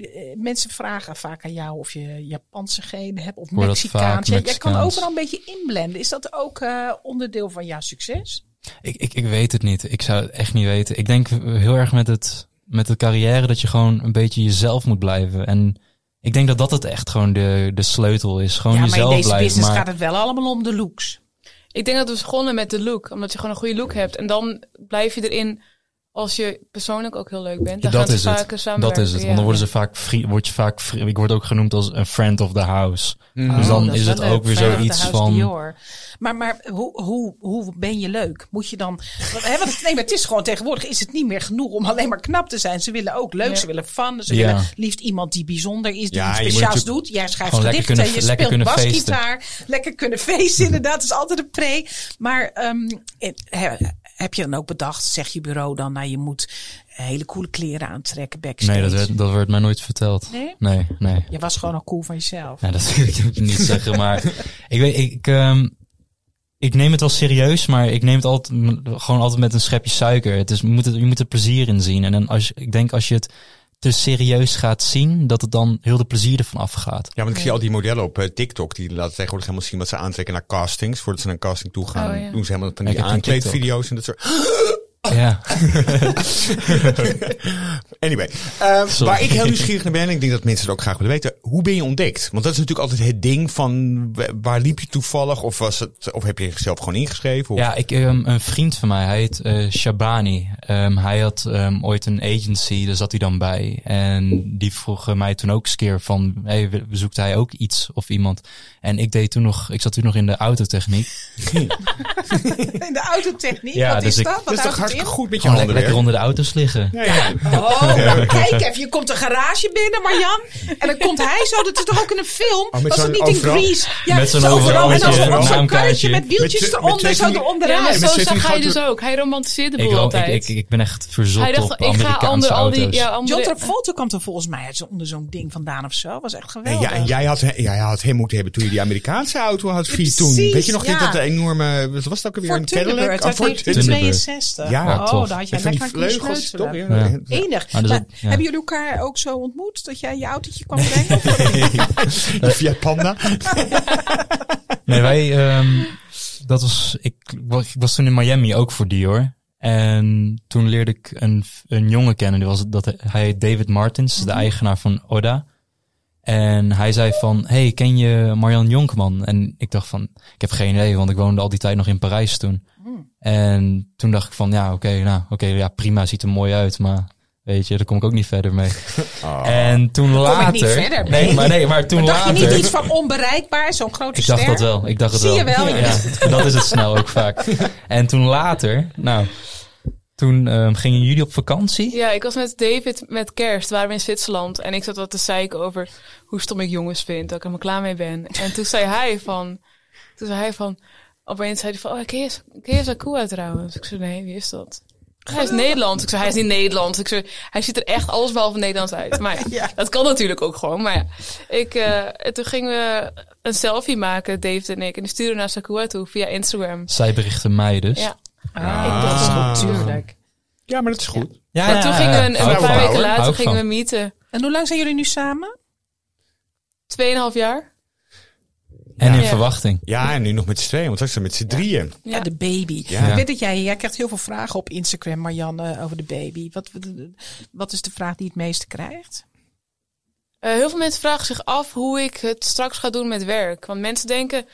[SPEAKER 1] eh, mensen vragen vaak aan jou of je Japanse genen hebt of
[SPEAKER 3] hoor dat vaak,
[SPEAKER 1] Mexicaans. Jij, jij kan
[SPEAKER 3] Mexicaans.
[SPEAKER 1] overal een beetje inblenden. Is dat ook eh, onderdeel van jouw succes?
[SPEAKER 3] ik, ik, ik weet het niet. Ik zou het echt niet weten. Ik denk heel erg met, het, met de carrière dat je gewoon een beetje jezelf moet blijven. En ik denk dat dat het echt gewoon de, de sleutel is. Gewoon
[SPEAKER 1] ja, maar in
[SPEAKER 3] jezelf
[SPEAKER 1] deze
[SPEAKER 3] blijven.
[SPEAKER 1] business
[SPEAKER 3] Maar
[SPEAKER 1] gaat het wel allemaal om de looks.
[SPEAKER 4] Ik denk dat we begonnen met de look, omdat je gewoon een goede look hebt. En dan blijf je erin als je persoonlijk ook heel leuk bent. Dan
[SPEAKER 3] dat
[SPEAKER 4] gaan
[SPEAKER 3] is
[SPEAKER 4] ze vaker
[SPEAKER 3] het. Dat
[SPEAKER 4] samenwerken.
[SPEAKER 3] is het. Want dan worden ze vaak vri- word je vaak vri- ik word ook genoemd als een friend of the house. Dus dan
[SPEAKER 1] Mm. Oh, dat
[SPEAKER 3] is
[SPEAKER 1] wel
[SPEAKER 3] het
[SPEAKER 1] leuk.
[SPEAKER 3] ook weer
[SPEAKER 1] Friend of the
[SPEAKER 3] zoiets
[SPEAKER 1] House
[SPEAKER 3] van.
[SPEAKER 1] Dior. Maar, maar hoe, hoe, hoe ben je leuk? Moet je dan. Want, hè, want het, nee, maar het is gewoon tegenwoordig is het niet meer genoeg om alleen maar knap te zijn. Ze willen ook leuk,
[SPEAKER 4] Ja.
[SPEAKER 1] ze willen fun. Ze
[SPEAKER 3] Ja.
[SPEAKER 1] willen liefst iemand die bijzonder is, die
[SPEAKER 2] Ja,
[SPEAKER 1] iets
[SPEAKER 2] je moet
[SPEAKER 1] speciaals
[SPEAKER 2] natuurlijk
[SPEAKER 1] doet. Jij schrijft
[SPEAKER 3] gewoon lekker
[SPEAKER 1] gedichten, je
[SPEAKER 3] kunnen- lekker
[SPEAKER 1] speelt
[SPEAKER 3] kunnen feesten.
[SPEAKER 1] basgitaar. Lekker kunnen feesten, inderdaad. Dat is altijd een pre. Maar ehm, het- he- heb je dan ook bedacht, zeg je bureau dan, nou je moet hele coole kleren aantrekken backstage?
[SPEAKER 3] Nee, dat werd, dat werd mij nooit verteld.
[SPEAKER 1] Nee?
[SPEAKER 3] Nee, nee.
[SPEAKER 1] Je was gewoon al cool van jezelf.
[SPEAKER 3] Ja, dat wil ik ook niet zeggen, maar ik weet, ik, ehm, ik neem het wel serieus, maar ik neem het altijd, m- gewoon altijd met een schepje suiker. Het is, je, moet het, je moet er plezier in zien. En dan als, je- ik denk als je het te serieus gaat zien, dat het dan heel de plezier ervan afgaat.
[SPEAKER 2] Ja, want ik zie al die modellen op eh, TikTok. Die laten tegenwoordig helemaal zien wat ze aantrekken naar castings. Voordat ze naar een casting toe gaan,
[SPEAKER 4] Oh, ja.
[SPEAKER 2] doen ze helemaal van die
[SPEAKER 3] Ik heb geen
[SPEAKER 2] aankleedvideo's en dat soort.
[SPEAKER 3] Ja.
[SPEAKER 2] Anyway, ehm,
[SPEAKER 3] Sorry.
[SPEAKER 2] waar ik heel nieuwsgierig naar ben, en ik denk dat mensen het ook graag willen weten, hoe ben je ontdekt? Want dat is natuurlijk altijd het ding van wa- waar liep je toevallig of, was het, of heb je jezelf gewoon ingeschreven? Of,
[SPEAKER 3] Ja, ik, ehm, een vriend van mij, hij heet eh, Shabani. Ehm, hij had ehm, ooit een agency, daar zat hij dan bij. En die vroeg eh, mij toen ook eens een keer van, hey, we- zoekt hij ook iets of iemand? En ik deed toen nog, ik zat toen nog in de autotechniek.
[SPEAKER 1] In de autotechniek,
[SPEAKER 3] Ja,
[SPEAKER 1] wat
[SPEAKER 3] dus
[SPEAKER 1] is
[SPEAKER 3] ik-
[SPEAKER 1] dat?
[SPEAKER 2] dat
[SPEAKER 1] Wat
[SPEAKER 2] is
[SPEAKER 1] houdt het
[SPEAKER 2] toch
[SPEAKER 1] in?
[SPEAKER 2] hartstikke goed met je
[SPEAKER 3] Gewoon lekker,
[SPEAKER 2] handen
[SPEAKER 3] lekker onder de auto's liggen.
[SPEAKER 2] Ja, ja.
[SPEAKER 1] Oh, nou, kijk even. Je komt een garage binnen, Marjan. En dan komt hij zo. Dat is toch ook in een film?
[SPEAKER 2] Oh, met
[SPEAKER 1] Was het
[SPEAKER 2] zo'n
[SPEAKER 1] niet in
[SPEAKER 2] overal?
[SPEAKER 1] Grease? Ja,
[SPEAKER 3] Met zo'n
[SPEAKER 1] zo
[SPEAKER 3] overal,
[SPEAKER 1] En dan
[SPEAKER 2] met je
[SPEAKER 1] zo'n op zo'n
[SPEAKER 3] naamkaartje.
[SPEAKER 1] kuitje met wieltjes
[SPEAKER 2] Met z'n- met
[SPEAKER 1] eronder,
[SPEAKER 2] z'n
[SPEAKER 1] zo
[SPEAKER 2] drieën-
[SPEAKER 4] Ja, maar
[SPEAKER 1] eronderuit.
[SPEAKER 2] met
[SPEAKER 4] zo
[SPEAKER 2] zes
[SPEAKER 4] zag hij
[SPEAKER 2] grote-
[SPEAKER 4] dus ook. Hij romantiseerde de
[SPEAKER 3] Ik,
[SPEAKER 4] boel
[SPEAKER 3] ro- ik,
[SPEAKER 4] altijd.
[SPEAKER 3] ik, ik ben echt verzot
[SPEAKER 4] hij dacht,
[SPEAKER 3] op
[SPEAKER 4] van, ik ga
[SPEAKER 3] Amerikaanse
[SPEAKER 4] onder al die...
[SPEAKER 3] auto's.
[SPEAKER 4] Ja,
[SPEAKER 1] John
[SPEAKER 4] andere,
[SPEAKER 1] Travolta kwam er volgens mij uit zo- onder zo'n ding vandaan of zo. Was echt
[SPEAKER 2] En,
[SPEAKER 1] geweldig.
[SPEAKER 2] ja, en jij, had, jij had hem moeten hebben toen je die Amerikaanse auto had. Fiat toen.
[SPEAKER 1] Precies,
[SPEAKER 2] Weet je nog
[SPEAKER 1] ja.
[SPEAKER 2] niet dat de enorme, wat was het ook alweer?
[SPEAKER 1] Voor
[SPEAKER 2] een Cadillac?
[SPEAKER 1] Thunderbird
[SPEAKER 2] Ah,
[SPEAKER 1] uit
[SPEAKER 2] voor Thunderbird.
[SPEAKER 1] 1962.
[SPEAKER 2] Ja,
[SPEAKER 1] oh,
[SPEAKER 3] tof.
[SPEAKER 1] daar had jij
[SPEAKER 2] En
[SPEAKER 1] lekker
[SPEAKER 2] van die
[SPEAKER 1] aan kunnen
[SPEAKER 2] vleugels, toch?
[SPEAKER 1] sleutelen.
[SPEAKER 2] Ja.
[SPEAKER 3] Ja.
[SPEAKER 1] Enig.
[SPEAKER 3] Maar dat-
[SPEAKER 1] Maar
[SPEAKER 3] ja.
[SPEAKER 1] Hebben jullie elkaar ook zo ontmoet? Dat jij je autootje kwam brengen? Of-
[SPEAKER 2] Die Fiat Panda.
[SPEAKER 3] Nee, wij, ehm, dat was, ik, wa- ik was toen in Miami ook voor Dior. En toen leerde ik een, een jongen kennen. Die was, dat, hij heet David Martins,
[SPEAKER 1] Mhm.
[SPEAKER 3] de eigenaar van Oda. En hij zei van, hey, ken je Marjan Jonkman? En ik dacht van, ik heb geen idee, want ik woonde al die tijd nog in Parijs toen.
[SPEAKER 1] Mm.
[SPEAKER 3] En toen dacht ik van, ja, oké, nou, oké, ja, prima, ziet er mooi uit, maar weet je, daar kom ik ook niet verder mee. En toen
[SPEAKER 1] ik
[SPEAKER 3] later...
[SPEAKER 1] niet verder mee?
[SPEAKER 3] nee, maar nee, maar toen
[SPEAKER 1] Dacht je
[SPEAKER 3] later...
[SPEAKER 1] niet iets van onbereikbaar? Zo'n grote
[SPEAKER 3] Ik dacht
[SPEAKER 1] ster?
[SPEAKER 3] dat wel. Ik dacht het
[SPEAKER 1] Zie
[SPEAKER 3] wel.
[SPEAKER 1] je wel,
[SPEAKER 3] Ja,
[SPEAKER 1] ja.
[SPEAKER 3] dat is het snel ook vaak. En toen later, nou, toen ehm, gingen jullie op vakantie.
[SPEAKER 4] ja, ik was met David met kerst. Waren we in Zwitserland. En ik zat wat te zeiken over hoe stom ik jongens vind. Dat ik helemaal klaar mee ben. En toen zei hij van... Toen zei hij van... Opeens zei hij van... Oh, ken je, ken je Zakua trouwens? Ik zei, nee, wie is dat? Hij is Nederlands. Ik zei, hij is niet Nederlands. Ik zei, hij ziet er echt alles behalve Nederlands uit. Maar ja,
[SPEAKER 1] Ja.
[SPEAKER 4] dat kan natuurlijk ook gewoon. Maar ja, ik, eh, en toen gingen we een selfie maken, David en ik. En die stuurden we naar Sakua toe via Instagram.
[SPEAKER 3] Zij berichten mij dus.
[SPEAKER 4] Ja.
[SPEAKER 1] Ah, dat is goed, tuurlijk.
[SPEAKER 2] Ja, maar dat is goed.
[SPEAKER 3] Ah, ja,
[SPEAKER 4] en toen gingen we een,
[SPEAKER 3] Hou
[SPEAKER 4] een
[SPEAKER 3] van.
[SPEAKER 4] paar weken
[SPEAKER 2] hoor.
[SPEAKER 3] Hou
[SPEAKER 4] later
[SPEAKER 3] ik
[SPEAKER 4] gingen we
[SPEAKER 3] van.
[SPEAKER 4] meeten.
[SPEAKER 1] En hoe lang zijn jullie nu samen?
[SPEAKER 4] Tweeënhalf jaar.
[SPEAKER 3] En in
[SPEAKER 4] Ja.
[SPEAKER 3] verwachting.
[SPEAKER 2] Ja, en nu nog met z'n tweeën, want straks zijn we met z'n drieën.
[SPEAKER 1] Ja, de baby.
[SPEAKER 2] Ja.
[SPEAKER 1] Ik weet dat jij, jij krijgt heel veel vragen op Instagram, Marianne, eh, over de baby. Wat, wat, wat is de vraag die je het meeste krijgt?
[SPEAKER 4] Eh, heel veel mensen vragen zich af hoe ik het straks ga doen met werk. Want mensen denken,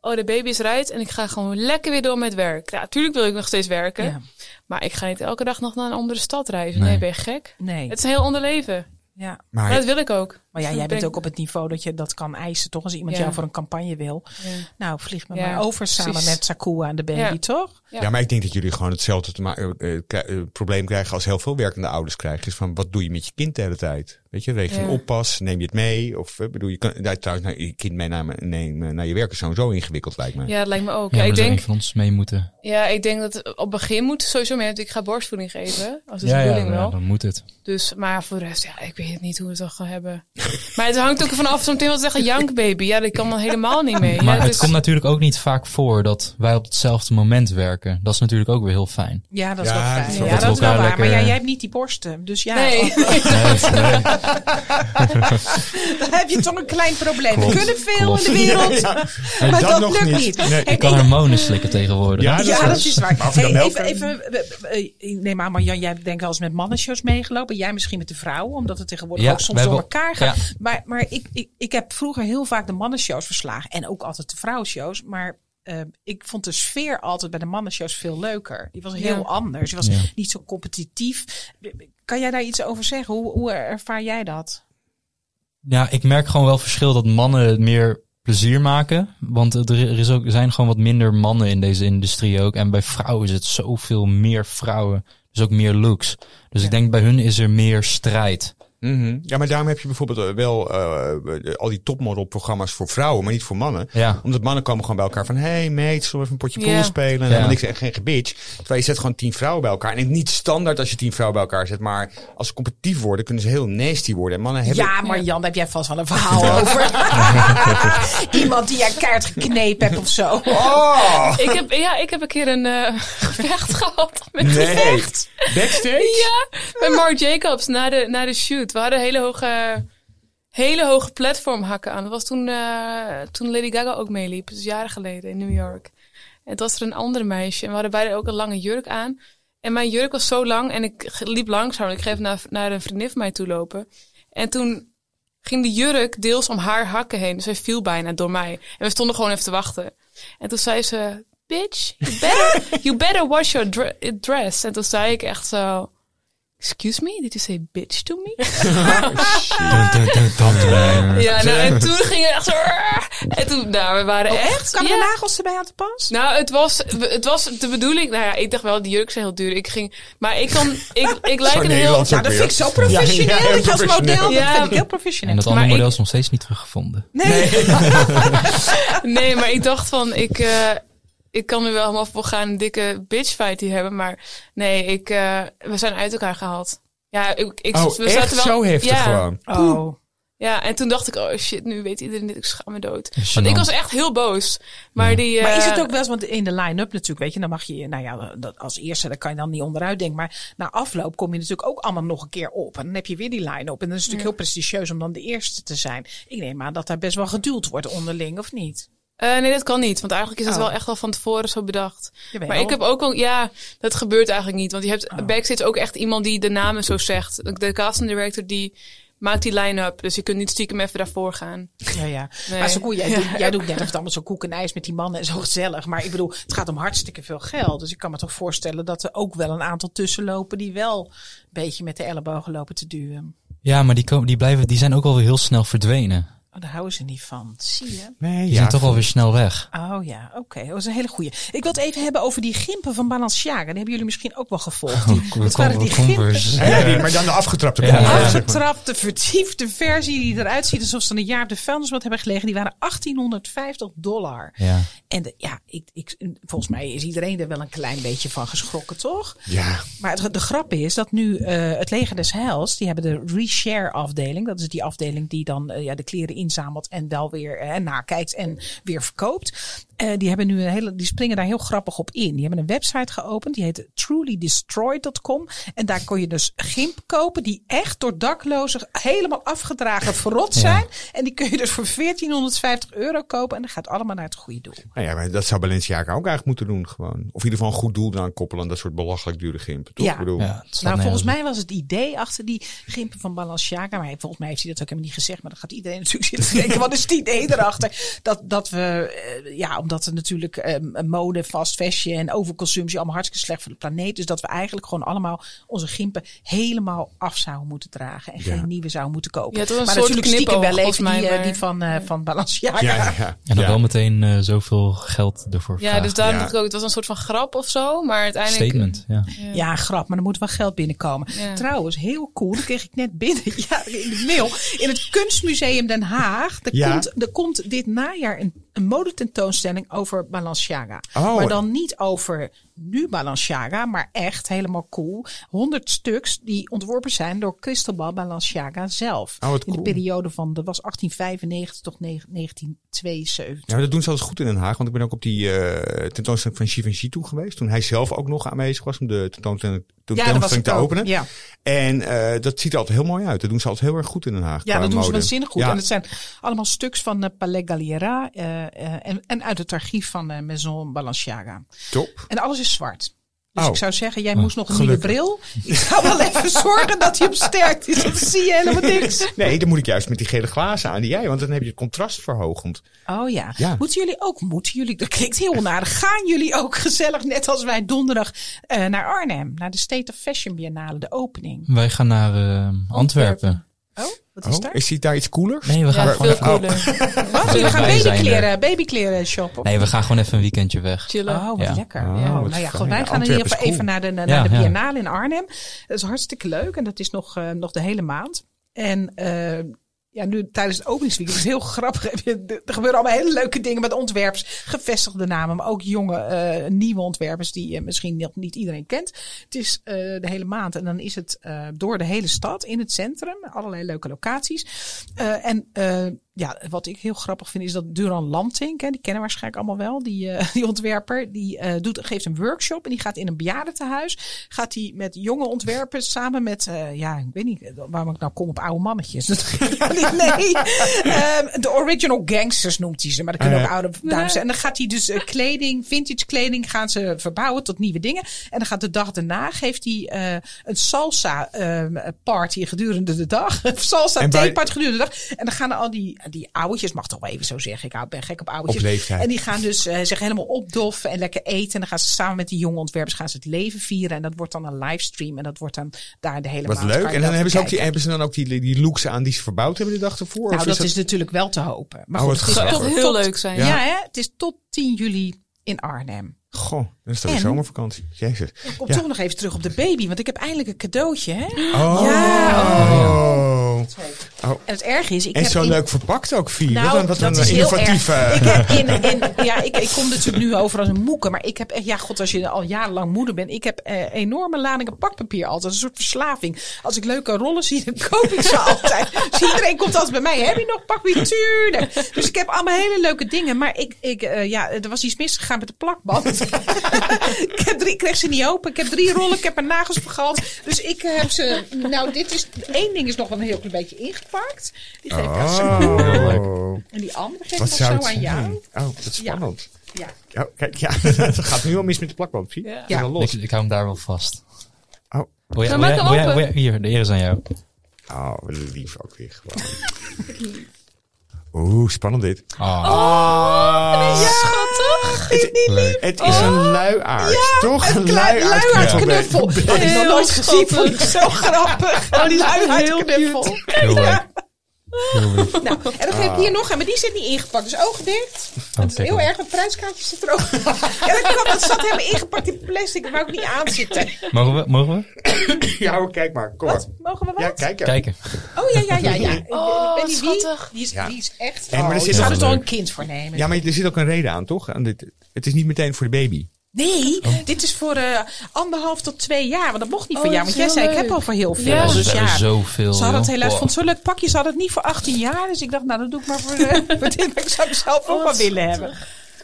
[SPEAKER 4] oh de baby is rijdt en ik ga gewoon lekker weer door met werk. Ja, natuurlijk wil ik nog steeds werken.
[SPEAKER 1] Ja.
[SPEAKER 4] Maar ik ga niet elke dag nog naar een andere stad reizen.
[SPEAKER 3] Nee.
[SPEAKER 4] Nee, ben je gek?
[SPEAKER 1] Nee.
[SPEAKER 4] Het is een heel ander leven.
[SPEAKER 1] Ja.
[SPEAKER 2] Maar
[SPEAKER 4] Maar dat wil ik ook. Dus
[SPEAKER 1] Maar ja, jij
[SPEAKER 4] Ik
[SPEAKER 1] bent
[SPEAKER 4] ben-
[SPEAKER 1] ook op het niveau dat je dat kan eisen, toch? Als iemand
[SPEAKER 4] Ja.
[SPEAKER 1] jou voor een campagne wil.
[SPEAKER 4] Ja.
[SPEAKER 1] Nou, vlieg me
[SPEAKER 4] Ja,
[SPEAKER 1] maar over samen
[SPEAKER 4] precies.
[SPEAKER 1] met Sakua en de baby,
[SPEAKER 4] Ja.
[SPEAKER 1] toch?
[SPEAKER 2] Ja. maar ik denk dat jullie gewoon hetzelfde te ma- eh, eh, kri- eh, probleem krijgen als heel veel werkende ouders krijgen. Is van wat doe je met je kind de hele tijd? Weet je, regel je
[SPEAKER 4] Ja.
[SPEAKER 2] oppas, neem je het mee? Of eh, bedoel je, kan, nou, trouwens, nou, je kind mee naar, nemen, naar je werk is sowieso ingewikkeld, lijkt me.
[SPEAKER 4] ja, dat lijkt me ook.
[SPEAKER 3] Ja,
[SPEAKER 4] Ja,
[SPEAKER 3] maar
[SPEAKER 4] ik,
[SPEAKER 3] er zou een
[SPEAKER 4] denk,
[SPEAKER 3] van ons mee moeten.
[SPEAKER 4] ja, ik denk dat op begin moet sowieso mee. want Ik ga borstvoeding geven. Als het
[SPEAKER 3] ja,
[SPEAKER 4] de
[SPEAKER 3] ja,
[SPEAKER 4] bedoeling
[SPEAKER 3] ja,
[SPEAKER 4] wel.
[SPEAKER 3] dan moet het.
[SPEAKER 4] Dus, maar voor de rest, ja, ik weet niet hoe we het dan gaan hebben. maar het hangt ook ervan af. Soms iemand zegt, jank baby. Ja, dat kan dan helemaal niet mee.
[SPEAKER 3] Maar
[SPEAKER 4] ja,
[SPEAKER 3] het
[SPEAKER 4] dus-
[SPEAKER 3] komt natuurlijk ook niet vaak voor dat wij op hetzelfde moment werken. Dat is natuurlijk ook weer heel fijn.
[SPEAKER 1] Ja, dat is
[SPEAKER 2] Ja,
[SPEAKER 1] wel
[SPEAKER 2] dat
[SPEAKER 1] fijn.
[SPEAKER 2] is
[SPEAKER 1] Ja,
[SPEAKER 2] wel-
[SPEAKER 1] dat,
[SPEAKER 3] dat we
[SPEAKER 1] is wel waar. Maar
[SPEAKER 3] elkaar lekker-
[SPEAKER 1] ja, jij hebt niet die borsten. Dus ja,
[SPEAKER 4] Nee.
[SPEAKER 1] dan heb je toch een klein probleem.
[SPEAKER 3] Klopt,
[SPEAKER 1] We kunnen veel
[SPEAKER 3] klopt.
[SPEAKER 1] in de wereld,
[SPEAKER 2] En
[SPEAKER 1] maar dat, lukt niet.
[SPEAKER 2] Nee.
[SPEAKER 1] En
[SPEAKER 3] Ik kan
[SPEAKER 1] ik-
[SPEAKER 3] hormonen slikken tegenwoordig.
[SPEAKER 2] Ja,
[SPEAKER 1] Ja, Ah, dat is waar.
[SPEAKER 2] Maar of je
[SPEAKER 1] Hey,
[SPEAKER 2] dan
[SPEAKER 1] even,
[SPEAKER 2] melk-
[SPEAKER 1] even, eh, eh, ik neem aan, maar Jan, jij hebt denk ik wel eens met mannenshows meegelopen. Jij misschien met de vrouwen, omdat het tegenwoordig
[SPEAKER 3] Ja,
[SPEAKER 1] ook soms
[SPEAKER 3] wij
[SPEAKER 1] door
[SPEAKER 3] hebben-
[SPEAKER 1] elkaar gaat. Maar, maar ik, ik, ik heb vroeger heel vaak de mannenshows verslagen en ook altijd de vrouwenshows. Maar eh, ik vond de sfeer altijd bij de mannenshows veel leuker. Die was heel
[SPEAKER 4] Ja.
[SPEAKER 1] anders. Die was
[SPEAKER 3] Ja.
[SPEAKER 1] niet zo competitief. Kan jij daar iets over zeggen? Hoe, hoe ervaar jij dat?
[SPEAKER 3] Ja, ik merk gewoon wel verschil dat mannen het meer plezier maken. Want er, er is ook, er zijn gewoon wat minder mannen in deze industrie ook. En bij vrouwen is het zoveel meer vrouwen. Dus ook meer looks. Dus ik denk bij hun is er meer strijd.
[SPEAKER 2] Mhm. Ja, maar daarom heb je bijvoorbeeld eh, wel eh, al die topmodelprogramma's voor vrouwen, maar niet voor mannen.
[SPEAKER 3] Ja.
[SPEAKER 2] Omdat mannen komen gewoon bij elkaar van... hey meid, zullen we even een potje
[SPEAKER 4] Ja.
[SPEAKER 2] pool spelen? En
[SPEAKER 3] Ja.
[SPEAKER 2] helemaal niks en geen gebitch. Terwijl je zet gewoon tien vrouwen bij elkaar. En het is niet standaard als je tien vrouwen bij elkaar zet. Maar als ze competitief worden, kunnen ze heel nasty worden. En mannen hebben...
[SPEAKER 1] Ja, maar Jan, daar heb jij vast wel een verhaal over. Iemand die jij kaart geknepen hebt of zo.
[SPEAKER 2] Oh!
[SPEAKER 4] ik, heb, ja, ik heb een keer een eh, gevecht gehad. Met
[SPEAKER 2] Nee! Backstage?
[SPEAKER 4] Ja, met Marc Jacobs na de, na de shoot. We hadden hele hoge, hele hoge platformhakken aan. Dat was toen, eh, toen Lady Gaga ook meeliep. Dat is jaren geleden in New York. En toen was er een andere meisje. En we hadden beide ook een lange jurk aan. En mijn jurk was zo lang en ik g- liep langzaam. Ik geef naar, naar een vriendin van mij toe lopen. En toen ging die jurk deels om haar hakken heen. Dus hij viel bijna door mij. En we stonden gewoon even te wachten. En toen zei ze, bitch, you better, you better wash your dre- dress. En toen zei ik echt zo, excuse me, did you say bitch to me?
[SPEAKER 3] Dun, dun, dun, dun, dun.
[SPEAKER 4] Ja, nou, en toen ging het echt zo. "Arr!" En toen, nou, we waren echt.
[SPEAKER 1] Oh, Kan
[SPEAKER 4] ja.
[SPEAKER 1] er nagels erbij aan te pas?
[SPEAKER 4] Nou, het was, het was de bedoeling. Nou ja, ik dacht wel, die jurk zijn heel duur. Ik ging, maar ik kan, ik, ik lijk een heel.
[SPEAKER 2] Nederlands
[SPEAKER 1] Ja,
[SPEAKER 2] ook
[SPEAKER 1] dat
[SPEAKER 2] weer.
[SPEAKER 1] vind ik zo professioneel.
[SPEAKER 2] Ja, ja,
[SPEAKER 1] dat je als
[SPEAKER 2] professioneel.
[SPEAKER 1] model,
[SPEAKER 4] Ja.
[SPEAKER 1] dat vind ik heel
[SPEAKER 3] En
[SPEAKER 1] professioneel.
[SPEAKER 3] dat andere
[SPEAKER 4] Maar
[SPEAKER 3] model
[SPEAKER 4] ik-
[SPEAKER 3] is nog steeds niet teruggevonden.
[SPEAKER 1] Nee,
[SPEAKER 4] Nee, maar ik dacht van, ik, eh, ik kan nu wel helemaal voor gaan een dikke bitchfight die hebben, maar nee, ik, eh, we zijn uit elkaar gehaald. Ja, ik, ik
[SPEAKER 2] Oh,
[SPEAKER 4] we zaten
[SPEAKER 2] echt
[SPEAKER 4] wel,
[SPEAKER 2] zo heftig
[SPEAKER 4] ja,
[SPEAKER 2] gewoon.
[SPEAKER 1] Oh.
[SPEAKER 4] Ja, en toen dacht ik, oh shit, nu weet iedereen dit, ik schaam me dood. Want
[SPEAKER 3] Gênant.
[SPEAKER 4] ik was echt heel boos. Maar die.
[SPEAKER 1] Maar is
[SPEAKER 4] eh,
[SPEAKER 1] het ook wel eens, want in de line-up natuurlijk, weet je, dan mag je, nou ja, dat als eerste, daar kan je dan niet onderuit denken. Maar na afloop kom je natuurlijk ook allemaal nog een keer op. En dan heb je weer die line-up. En dat is natuurlijk heel prestigieus om dan de eerste te zijn. Ik neem aan dat daar best wel geduld wordt onderling, of niet?
[SPEAKER 4] Eh, nee, dat kan niet. Want eigenlijk is het
[SPEAKER 1] Oh.
[SPEAKER 4] wel echt al van tevoren zo bedacht.
[SPEAKER 1] Jawel.
[SPEAKER 4] Maar ik heb ook al, ja, dat gebeurt eigenlijk niet. Want je hebt backstage ook echt iemand die de namen zo zegt. De casting director die maakt die line-up. Dus je kunt niet stiekem even daarvoor gaan.
[SPEAKER 1] Ja, ja.
[SPEAKER 4] Nee.
[SPEAKER 1] Maar zo koe, jij, doet- jij doet net of het allemaal zo koek en ijs met die mannen en zo gezellig. Maar ik bedoel, het gaat om hartstikke veel geld. Dus ik kan me toch voorstellen dat er ook wel een aantal tussenlopen die wel een beetje met de ellebogen lopen te duwen.
[SPEAKER 3] Ja, maar die, komen, die, blijven, die zijn ook alweer heel snel verdwenen.
[SPEAKER 1] Oh, daar houden ze niet van. Zie je?
[SPEAKER 2] Nee,
[SPEAKER 3] Die zijn toch alweer snel weg.
[SPEAKER 1] Oh ja, oké. Dat is een hele goeie. Ik wil het even hebben over die gimpen van Balenciaga. Die hebben jullie misschien ook wel gevolgd. Die-
[SPEAKER 3] We
[SPEAKER 1] dat waren die gimpen.
[SPEAKER 2] Ja, die- maar dan de afgetrapte
[SPEAKER 3] Ja.
[SPEAKER 2] kant.
[SPEAKER 1] Afgetrapte, vertiefde versie die eruit ziet alsof ze een jaar op de vuilnisbak hebben gelegen. Die waren 1850 dollar.
[SPEAKER 3] Ja.
[SPEAKER 1] En de- ja, ik, ik, volgens mij is iedereen er wel een klein beetje van geschrokken, toch?
[SPEAKER 2] Ja.
[SPEAKER 1] Maar het- de grap is dat nu eh, het leger des heils, die hebben de reshare afdeling. Dat is die afdeling die dan eh, ja, de kleren inzamelt en wel weer eh, nakijkt en weer verkoopt. Eh, die, hebben nu een hele, die springen daar heel grappig op in. Die hebben een website geopend, die heet trulydestroyed.com. En daar kon je dus gimp kopen die echt door daklozen helemaal afgedragen verrot
[SPEAKER 3] Ja.
[SPEAKER 1] zijn. En die kun je dus voor 1450 euro kopen en dat gaat allemaal naar het goede doel.
[SPEAKER 2] Nou ja, maar dat zou Balenciaga ook eigenlijk moeten doen gewoon. Of in ieder geval een goed doel aan koppelen aan dat soort belachelijk dure gimpen. Toch?
[SPEAKER 1] Ja.
[SPEAKER 2] Ik bedoel,
[SPEAKER 3] Ja, het slaat
[SPEAKER 1] Nou,
[SPEAKER 3] nergens
[SPEAKER 1] volgens
[SPEAKER 2] eh,
[SPEAKER 3] op.
[SPEAKER 1] mij was het idee achter die gimpen van Balenciaga, maar hij- volgens mij heeft hij dat ook helemaal niet gezegd, maar dan gaat iedereen natuurlijk zitten denken, wat is het idee erachter? Dat, dat we, eh, ja, omdat er natuurlijk eh, mode, fast fashion en overconsumptie allemaal hartstikke slecht voor de planeet, dus dat we eigenlijk gewoon allemaal onze gimpen helemaal af zouden moeten dragen en
[SPEAKER 2] Ja.
[SPEAKER 1] geen nieuwe zouden moeten kopen.
[SPEAKER 4] Ja, het was een
[SPEAKER 1] maar
[SPEAKER 4] soort
[SPEAKER 1] natuurlijk stiekem
[SPEAKER 4] knipoog,
[SPEAKER 1] wel even
[SPEAKER 4] volgens
[SPEAKER 1] die,
[SPEAKER 4] mij,
[SPEAKER 1] eh,
[SPEAKER 4] maar-
[SPEAKER 1] die van, eh, van Balenciaga.
[SPEAKER 2] ja, ja, ja.
[SPEAKER 3] En dan
[SPEAKER 2] Ja.
[SPEAKER 3] wel meteen eh, zoveel geld ervoor
[SPEAKER 4] Ja, dus
[SPEAKER 3] vragen.
[SPEAKER 4] daarom
[SPEAKER 2] Ja.
[SPEAKER 4] dacht ik ook, het was een soort van grap of zo. Maar uiteindelijk...
[SPEAKER 3] Statement, ja.
[SPEAKER 1] Ja, grap, maar er moet wel geld binnenkomen.
[SPEAKER 4] Ja.
[SPEAKER 1] Trouwens, heel cool, dat kreeg ik net binnen ja, in de mail. In het Kunstmuseum Den Haag, er,
[SPEAKER 2] Ja.
[SPEAKER 1] komt, er komt dit najaar een, een modetentoonstelling over Balenciaga.
[SPEAKER 2] Oh.
[SPEAKER 1] Maar dan niet over nu Balenciaga, maar echt helemaal cool. 100 stuks die ontworpen zijn door Cristobal Balenciaga zelf.
[SPEAKER 2] Oh, wat
[SPEAKER 1] In de
[SPEAKER 2] cool.
[SPEAKER 1] periode van, dat was 1895 tot negen- 1972.
[SPEAKER 2] Ja, maar dat doen ze altijd goed in Den Haag. Want ik ben ook op die eh, tentoonstelling van Givenchy toe geweest. Toen hij zelf ook nog aanwezig was om de tentoonstelling,
[SPEAKER 1] dat was
[SPEAKER 2] tentoonstelling
[SPEAKER 1] het
[SPEAKER 2] te
[SPEAKER 1] ook,
[SPEAKER 2] openen.
[SPEAKER 1] Ja.
[SPEAKER 2] En eh, dat ziet er altijd heel mooi uit. Dat doen ze altijd heel erg goed in Den Haag.
[SPEAKER 1] Ja,
[SPEAKER 2] qua
[SPEAKER 1] dat doen ze
[SPEAKER 2] mode.
[SPEAKER 1] waanzinnig goed.
[SPEAKER 2] Ja.
[SPEAKER 1] En het zijn allemaal stuks van eh, Palais Galliera eh, eh, en, en uit het archief van eh, Maison Balenciaga.
[SPEAKER 2] Top.
[SPEAKER 1] En alles is zwart. Dus
[SPEAKER 2] Oh.
[SPEAKER 1] ik zou zeggen, jij
[SPEAKER 3] Oh,
[SPEAKER 1] moest nog een
[SPEAKER 2] gelukkig.
[SPEAKER 1] nieuwe bril. Ik zou wel even zorgen dat hij op sterk is. Dan zie je helemaal niks.
[SPEAKER 2] Nee, dan moet ik juist met die gele glazen aan die jij. Want dan heb je het contrast verhogend.
[SPEAKER 1] Oh ja.
[SPEAKER 2] Ja.
[SPEAKER 1] Moeten jullie ook, moeten jullie, dat klinkt heel onaardig. Gaan jullie ook gezellig, net als wij donderdag, eh, naar Arnhem? Naar de State of Fashion Biennale, de opening.
[SPEAKER 3] Wij gaan naar eh, Antwerpen.
[SPEAKER 1] Oh, wat is
[SPEAKER 2] Oh,
[SPEAKER 1] daar?
[SPEAKER 2] is die daar iets coolers?
[SPEAKER 3] Nee, we gaan
[SPEAKER 4] Ja,
[SPEAKER 3] gewoon
[SPEAKER 4] veel
[SPEAKER 3] even...
[SPEAKER 2] oh.
[SPEAKER 4] cooler.
[SPEAKER 1] Wat? Jullie
[SPEAKER 3] Wij
[SPEAKER 1] gaan
[SPEAKER 3] zijn er.
[SPEAKER 1] babykleren,
[SPEAKER 2] eh.
[SPEAKER 1] babykleren shoppen?
[SPEAKER 3] Nee, we gaan gewoon even een weekendje weg.
[SPEAKER 4] Chillen.
[SPEAKER 1] Oh, wat
[SPEAKER 3] Ja.
[SPEAKER 1] lekker.
[SPEAKER 2] Oh,
[SPEAKER 1] ja.
[SPEAKER 2] wat
[SPEAKER 1] Nou ja,
[SPEAKER 2] fijn.
[SPEAKER 1] goed, wij
[SPEAKER 2] Ja,
[SPEAKER 1] gaan in ieder
[SPEAKER 2] Antwerpen
[SPEAKER 1] geval
[SPEAKER 2] is
[SPEAKER 1] even naar de, naar
[SPEAKER 3] Ja,
[SPEAKER 1] de
[SPEAKER 3] ja.
[SPEAKER 1] Biennale in Arnhem. Dat is hartstikke leuk en dat is nog, eh, nog de hele maand. En eh, ja, nu tijdens het openingsweekend is het heel grappig. Er gebeuren allemaal hele leuke dingen met ontwerpers. Gevestigde namen, maar ook jonge, eh, nieuwe ontwerpers die eh, misschien nog niet iedereen kent. Het is eh, de hele maand en dan is het eh, door de hele stad in het centrum. Allerlei leuke locaties. Eh, en eh, ja, wat ik heel grappig vind is dat Duran Lantink, hè, die kennen we waarschijnlijk allemaal wel, die, eh, die ontwerper, die eh, doet, geeft een workshop en die gaat in een bejaardentehuis. Gaat hij met jonge ontwerpers samen met, eh, ja, ik weet niet eh, waarom ik nou kom op oude mannetjes. Dat gaat niet, nee. Ehm, de original gangsters noemt hij ze, maar dat kunnen ook oude dames zijn. En dan gaat hij dus eh, kleding, vintage kleding, gaan ze verbouwen tot nieuwe dingen. En dan gaat de dag daarna, geeft hij eh, een salsa ehm, party gedurende de dag. salsa
[SPEAKER 2] En bij-
[SPEAKER 1] theeparty apart gedurende de dag. En dan gaan al die, die ouwtjes, mag toch wel even zo zeggen. Ik hou- ben gek op ouwtjes.
[SPEAKER 2] Op leeftijd.
[SPEAKER 1] En die gaan dus eh, zich helemaal opdoffen en lekker eten. En dan gaan ze samen met die jonge ontwerpers gaan ze het leven vieren. En dat wordt dan een livestream. En dat wordt dan daar de hele
[SPEAKER 2] Wat
[SPEAKER 1] maand.
[SPEAKER 2] leuk.
[SPEAKER 1] kan je
[SPEAKER 2] En
[SPEAKER 1] dat
[SPEAKER 2] dan hebben ze, ook die,
[SPEAKER 1] bekijken.
[SPEAKER 2] hebben ze dan ook die, die looks aan die ze verbouwd hebben de dag ervoor?
[SPEAKER 1] Nou,
[SPEAKER 2] Of
[SPEAKER 1] dat, is natuurlijk wel te hopen. Maar
[SPEAKER 2] Oh,
[SPEAKER 1] goed,
[SPEAKER 2] wat
[SPEAKER 1] het is
[SPEAKER 4] Dat
[SPEAKER 2] grappig.
[SPEAKER 4] zou
[SPEAKER 1] tot-
[SPEAKER 4] heel
[SPEAKER 1] tot-
[SPEAKER 4] leuk zijn.
[SPEAKER 1] Ja, hè? het is tot 10 juli in Arnhem.
[SPEAKER 2] Goh, dat is toch een
[SPEAKER 1] En-
[SPEAKER 2] zomervakantie? Jezus.
[SPEAKER 1] Ik kom
[SPEAKER 2] Ja.
[SPEAKER 1] toch nog even terug op de baby, want ik heb eindelijk een cadeautje. Hè?
[SPEAKER 2] Oh.
[SPEAKER 1] Ja.
[SPEAKER 2] Oh.
[SPEAKER 1] En het erg is, ik
[SPEAKER 2] En
[SPEAKER 1] heb
[SPEAKER 2] zo
[SPEAKER 1] in-
[SPEAKER 2] leuk verpakt ook, Vie.
[SPEAKER 1] Nou,
[SPEAKER 2] wat een, wat
[SPEAKER 1] dat
[SPEAKER 2] een
[SPEAKER 1] is heel
[SPEAKER 2] innovatieve...
[SPEAKER 1] erg. Ik, heb in, in, ja, ik, ik kom natuurlijk nu over als een moeke. Maar ik heb echt, ja god, als je al jarenlang moeder bent. Ik heb eh, enorme ladingen pakpapier altijd. Een soort verslaving. Als ik leuke rollen zie, dan koop ik ze altijd. Dus iedereen komt altijd bij mij. Heb je nog pakpapier? Tuurlijk. Dus ik heb allemaal hele leuke dingen. Maar ik, ik, eh, ja, er was iets misgegaan met de plakband. ik, heb drie, ik kreeg ze niet open. Ik heb drie rollen. Ik heb mijn nagels vergald. Dus ik heb ze... Nou, dit is... Eén ding is nog wel een heel klein beetje ingepakt. Die geef ik aan
[SPEAKER 2] Oh.
[SPEAKER 1] zijn en die andere geeft nog
[SPEAKER 2] Wat
[SPEAKER 1] zo
[SPEAKER 2] zou het
[SPEAKER 1] aan
[SPEAKER 2] zijn?
[SPEAKER 1] jou.
[SPEAKER 2] Oh, dat is
[SPEAKER 1] Ja.
[SPEAKER 2] spannend.
[SPEAKER 1] Ja.
[SPEAKER 2] Ja, kijk, ja, het gaat nu al mis met de plakband, Vie.
[SPEAKER 4] Ja.
[SPEAKER 2] Doe dan
[SPEAKER 3] Ik,
[SPEAKER 2] Los.
[SPEAKER 3] ik hou hem daar wel vast.
[SPEAKER 2] Oh.
[SPEAKER 3] Oh ja,
[SPEAKER 4] Nou,
[SPEAKER 3] oh
[SPEAKER 4] maak
[SPEAKER 3] ja,
[SPEAKER 4] hem
[SPEAKER 3] oh ja,
[SPEAKER 4] open.
[SPEAKER 3] oh ja, hier, de eer is aan jou.
[SPEAKER 2] Oh, wat lief ook weer gewoon. Oeh, spannend dit.
[SPEAKER 3] Ah,
[SPEAKER 2] Oh,
[SPEAKER 4] Schattig.
[SPEAKER 2] het, het is een luiaard, toch?
[SPEAKER 1] Oh. Een klein luiaardknuffel.
[SPEAKER 2] luiaardknuffel.
[SPEAKER 1] Dat heb ik nog
[SPEAKER 4] Heel
[SPEAKER 1] nooit gezien.
[SPEAKER 4] schattig.
[SPEAKER 1] Vond ik
[SPEAKER 2] Ah.
[SPEAKER 1] zo grappig.
[SPEAKER 4] Oh,
[SPEAKER 1] Een
[SPEAKER 4] die is heel
[SPEAKER 1] luiaardknuffel.
[SPEAKER 3] heel leuk. Heel leuk.
[SPEAKER 1] Nou, en dan geef
[SPEAKER 2] Ah.
[SPEAKER 1] ik hier nog aan. Maar die zit niet ingepakt. Dus ogen dicht.
[SPEAKER 2] Oh,
[SPEAKER 1] Dat is
[SPEAKER 3] Oh, kijk
[SPEAKER 1] heel
[SPEAKER 3] aan.
[SPEAKER 1] erg. Een prijskaartje zit er ook in. Ja, dat kan. Dat zat helemaal ingepakt in plastic. Daar wou ik niet aan zitten.
[SPEAKER 3] Mogen we? Mogen we?
[SPEAKER 2] Ja, hoor, kijk maar. Kom maar.
[SPEAKER 1] Wat? Mogen we wat?
[SPEAKER 2] Ja, kijk. ja.
[SPEAKER 3] Kijken.
[SPEAKER 1] Oh, ja, ja, ja. ja. Ik
[SPEAKER 4] Oh,
[SPEAKER 1] weet niet wie.
[SPEAKER 4] schattig.
[SPEAKER 1] Die is,
[SPEAKER 2] Ja.
[SPEAKER 1] die is echt...
[SPEAKER 2] En maar er
[SPEAKER 1] oh,
[SPEAKER 2] zit
[SPEAKER 1] ik
[SPEAKER 2] nog
[SPEAKER 1] zou er
[SPEAKER 3] een
[SPEAKER 1] toch
[SPEAKER 3] leuk.
[SPEAKER 1] een kind voor nemen.
[SPEAKER 2] Ja, maar er zit ook een reden aan, toch? Aan dit, het is niet meteen voor de baby.
[SPEAKER 1] Nee,
[SPEAKER 2] Oh.
[SPEAKER 1] dit is voor eh, anderhalf tot twee jaar. Want dat mocht niet
[SPEAKER 4] Oh,
[SPEAKER 1] voor jou.
[SPEAKER 4] dat
[SPEAKER 1] Want jij
[SPEAKER 4] is heel
[SPEAKER 1] zei, ik
[SPEAKER 4] leuk.
[SPEAKER 1] heb al voor heel veel.
[SPEAKER 4] Ja.
[SPEAKER 3] Er
[SPEAKER 1] Dus
[SPEAKER 3] zijn
[SPEAKER 1] ja,
[SPEAKER 3] zoveel.
[SPEAKER 1] ze hadden het
[SPEAKER 3] joh.
[SPEAKER 1] helaas
[SPEAKER 3] Wow.
[SPEAKER 1] van zo'n leuk pakje. Ze hadden het niet voor 18 jaar. Dus ik dacht, nou, dat doe ik maar voor, eh, voor dit. Ik zou het zelf ook
[SPEAKER 4] Oh,
[SPEAKER 1] wel
[SPEAKER 4] wat
[SPEAKER 1] willen
[SPEAKER 4] schattig.
[SPEAKER 1] hebben.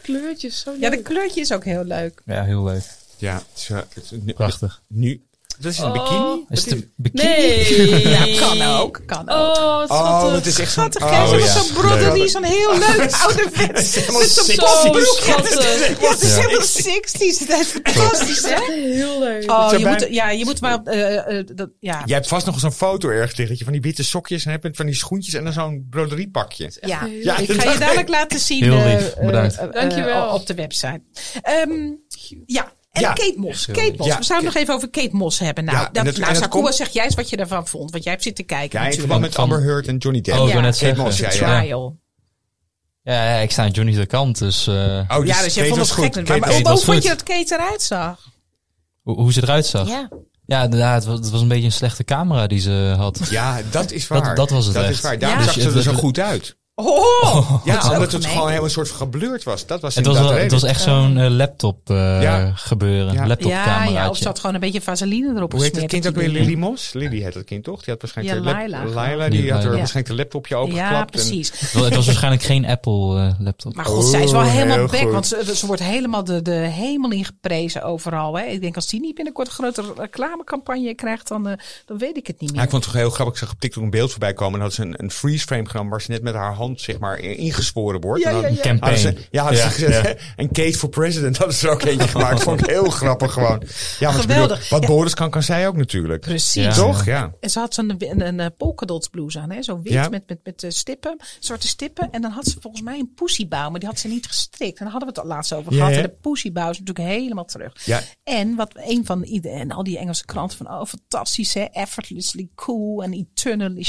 [SPEAKER 4] Kleurtjes, zo leuk.
[SPEAKER 1] Ja, de kleurtje is ook heel leuk.
[SPEAKER 3] Ja, heel leuk.
[SPEAKER 2] Ja, het is, eh, het is nu,
[SPEAKER 3] Prachtig.
[SPEAKER 2] nu. Dat is een
[SPEAKER 4] Oh.
[SPEAKER 2] bikini.
[SPEAKER 3] Is het een bikini?
[SPEAKER 4] Nee.
[SPEAKER 1] Ja, kan ook. Kan ook.
[SPEAKER 4] Oh, wat
[SPEAKER 2] Oh,
[SPEAKER 4] schattig.
[SPEAKER 2] dat is echt zo'n...
[SPEAKER 1] Schattig, hè? Ze
[SPEAKER 3] Oh,
[SPEAKER 1] was
[SPEAKER 3] ja.
[SPEAKER 1] zo'n broder, die is een heel leuk oude vent. Met zo'n
[SPEAKER 4] sexy.
[SPEAKER 1] popbroek. Ja, dat is-
[SPEAKER 4] Oh, Schattig.
[SPEAKER 1] Ja, dat is helemaal 60s. Dat is fantastisch, hè?
[SPEAKER 4] Heel leuk.
[SPEAKER 1] Oh,
[SPEAKER 2] zijn
[SPEAKER 1] je
[SPEAKER 2] bijna-
[SPEAKER 1] moet, ja, je moet maar... eh, eh, dat, ja.
[SPEAKER 2] Jij hebt vast nog zo'n foto ergens liggen dat je van die witte sokjes en hebt van die schoentjes en dan zo'n broderiepakje.
[SPEAKER 1] Ja,
[SPEAKER 2] Ja,
[SPEAKER 1] ik
[SPEAKER 2] dat
[SPEAKER 1] ga
[SPEAKER 2] dacht
[SPEAKER 1] je
[SPEAKER 2] ik.
[SPEAKER 1] dadelijk laten zien.
[SPEAKER 3] Heel
[SPEAKER 1] eh,
[SPEAKER 3] lief,
[SPEAKER 1] eh,
[SPEAKER 3] bedankt.
[SPEAKER 1] eh, eh,
[SPEAKER 4] Dankjewel.
[SPEAKER 1] Op de website. Ehm, ja. En
[SPEAKER 2] Ja.
[SPEAKER 1] Kate Moss.
[SPEAKER 3] Heel
[SPEAKER 1] Kate
[SPEAKER 3] lief.
[SPEAKER 1] Moss.
[SPEAKER 2] Ja,
[SPEAKER 1] We zouden
[SPEAKER 2] Kate-
[SPEAKER 1] nog even over Kate Moss hebben. Nou,
[SPEAKER 2] Ja, en
[SPEAKER 1] dat,
[SPEAKER 2] dat-
[SPEAKER 1] nou
[SPEAKER 2] en dat
[SPEAKER 1] Sakura,
[SPEAKER 2] komt-
[SPEAKER 1] zeg jij eens wat je daarvan vond. Want jij hebt zitten kijken.
[SPEAKER 2] Ja, in
[SPEAKER 1] natuurlijk.
[SPEAKER 2] verband met
[SPEAKER 3] Van-
[SPEAKER 2] Amber Heard en Johnny Depp.
[SPEAKER 3] Oh, ik
[SPEAKER 1] Ja,
[SPEAKER 3] wou net
[SPEAKER 2] Kate
[SPEAKER 3] zeggen.
[SPEAKER 2] Moss, ja,
[SPEAKER 1] De
[SPEAKER 2] ja.
[SPEAKER 1] trial.
[SPEAKER 3] Ja, ja, ik sta aan Johnny's de kant, dus eh,
[SPEAKER 2] Oh,
[SPEAKER 1] Ja, dus jij vond het gek. Maar, maar
[SPEAKER 3] was
[SPEAKER 1] hoe hoe
[SPEAKER 3] goed.
[SPEAKER 1] vond je dat Kate eruit zag?
[SPEAKER 3] hoe, hoe ze eruit zag. Ja,
[SPEAKER 1] Ja.
[SPEAKER 3] inderdaad, het was, het was een beetje een slechte camera die ze had.
[SPEAKER 2] Ja, dat is waar.
[SPEAKER 3] dat was het
[SPEAKER 2] Dat
[SPEAKER 3] echt.
[SPEAKER 2] is waar. Daarom
[SPEAKER 1] Ja.
[SPEAKER 2] zag
[SPEAKER 3] Dus
[SPEAKER 2] ze
[SPEAKER 3] het-
[SPEAKER 2] er zo
[SPEAKER 3] het-
[SPEAKER 2] goed uit.
[SPEAKER 1] Oh!
[SPEAKER 2] Ja,
[SPEAKER 1] dat is ook
[SPEAKER 2] omdat het
[SPEAKER 1] gemeen.
[SPEAKER 2] gewoon helemaal een soort geblurred was. Dat was
[SPEAKER 3] Het was,
[SPEAKER 2] inderdaad
[SPEAKER 3] wel-
[SPEAKER 2] de
[SPEAKER 3] het
[SPEAKER 2] reden.
[SPEAKER 3] was echt zo'n eh, laptop eh,
[SPEAKER 2] Ja.
[SPEAKER 3] gebeuren.
[SPEAKER 2] Ja.
[SPEAKER 1] Ja,
[SPEAKER 3] Laptopcameraatje.
[SPEAKER 1] ja, of ze had gewoon een beetje vaseline erop
[SPEAKER 2] Hoe heet dat
[SPEAKER 1] gesmeerd,
[SPEAKER 2] kind ook
[SPEAKER 1] dat
[SPEAKER 2] weer?
[SPEAKER 1] die-
[SPEAKER 2] Lily Moss? Lily heet dat kind toch? Die had waarschijnlijk
[SPEAKER 1] Ja,
[SPEAKER 2] de lap-
[SPEAKER 1] Laila.
[SPEAKER 2] Laila, die had er
[SPEAKER 3] Ja.
[SPEAKER 2] waarschijnlijk de laptopje opengeklapt.
[SPEAKER 1] Ja,
[SPEAKER 2] en-
[SPEAKER 1] precies.
[SPEAKER 3] Het was- Het was waarschijnlijk geen Apple eh, laptop.
[SPEAKER 1] Maar god, zij is wel
[SPEAKER 2] Oh, heel
[SPEAKER 1] helemaal bek.
[SPEAKER 2] goed.
[SPEAKER 1] Want ze, ze wordt helemaal de, de hemel ingeprezen overal. Hè. Ik denk als die niet binnenkort een grote reclamecampagne krijgt, dan, eh, dan weet ik het niet meer.
[SPEAKER 2] Ja, ik vond het toch heel grappig. Ik zag op TikTok een beeld voorbij komen. En dan had ze een, een freeze frame genomen waar ze net met haar hand zeg maar in- ingesporen wordt.
[SPEAKER 1] Ja,
[SPEAKER 2] En dan
[SPEAKER 1] ja, ja.
[SPEAKER 2] hadden
[SPEAKER 3] Campaign.
[SPEAKER 2] ze- ja, hadden ze gezet, een Kate for President hadden ze er ook eentje gemaakt. Vond ik heel grappig gewoon. Ja, want ik bedoel,
[SPEAKER 1] Geweldig.
[SPEAKER 2] wat
[SPEAKER 1] Ja.
[SPEAKER 2] Boris kan, kan zij ook natuurlijk.
[SPEAKER 1] Precies.
[SPEAKER 3] Ja.
[SPEAKER 2] Toch? Ja.
[SPEAKER 1] En ze had zo'n een, een, eh, polkadot blouse aan, hè? zo wit
[SPEAKER 2] Ja.
[SPEAKER 1] met, met, met eh, stippen, zwarte stippen. En dan had ze volgens mij een poesiebouw, maar die had ze niet gestrikt. En daar hadden we het al laatst over
[SPEAKER 2] Ja,
[SPEAKER 1] gehad.
[SPEAKER 2] hè?
[SPEAKER 1] En de poesiebouw is natuurlijk helemaal terug.
[SPEAKER 2] Ja.
[SPEAKER 1] En wat een van ieder, en al die Engelse kranten van, oh fantastisch hè, effortlessly cool en eternally,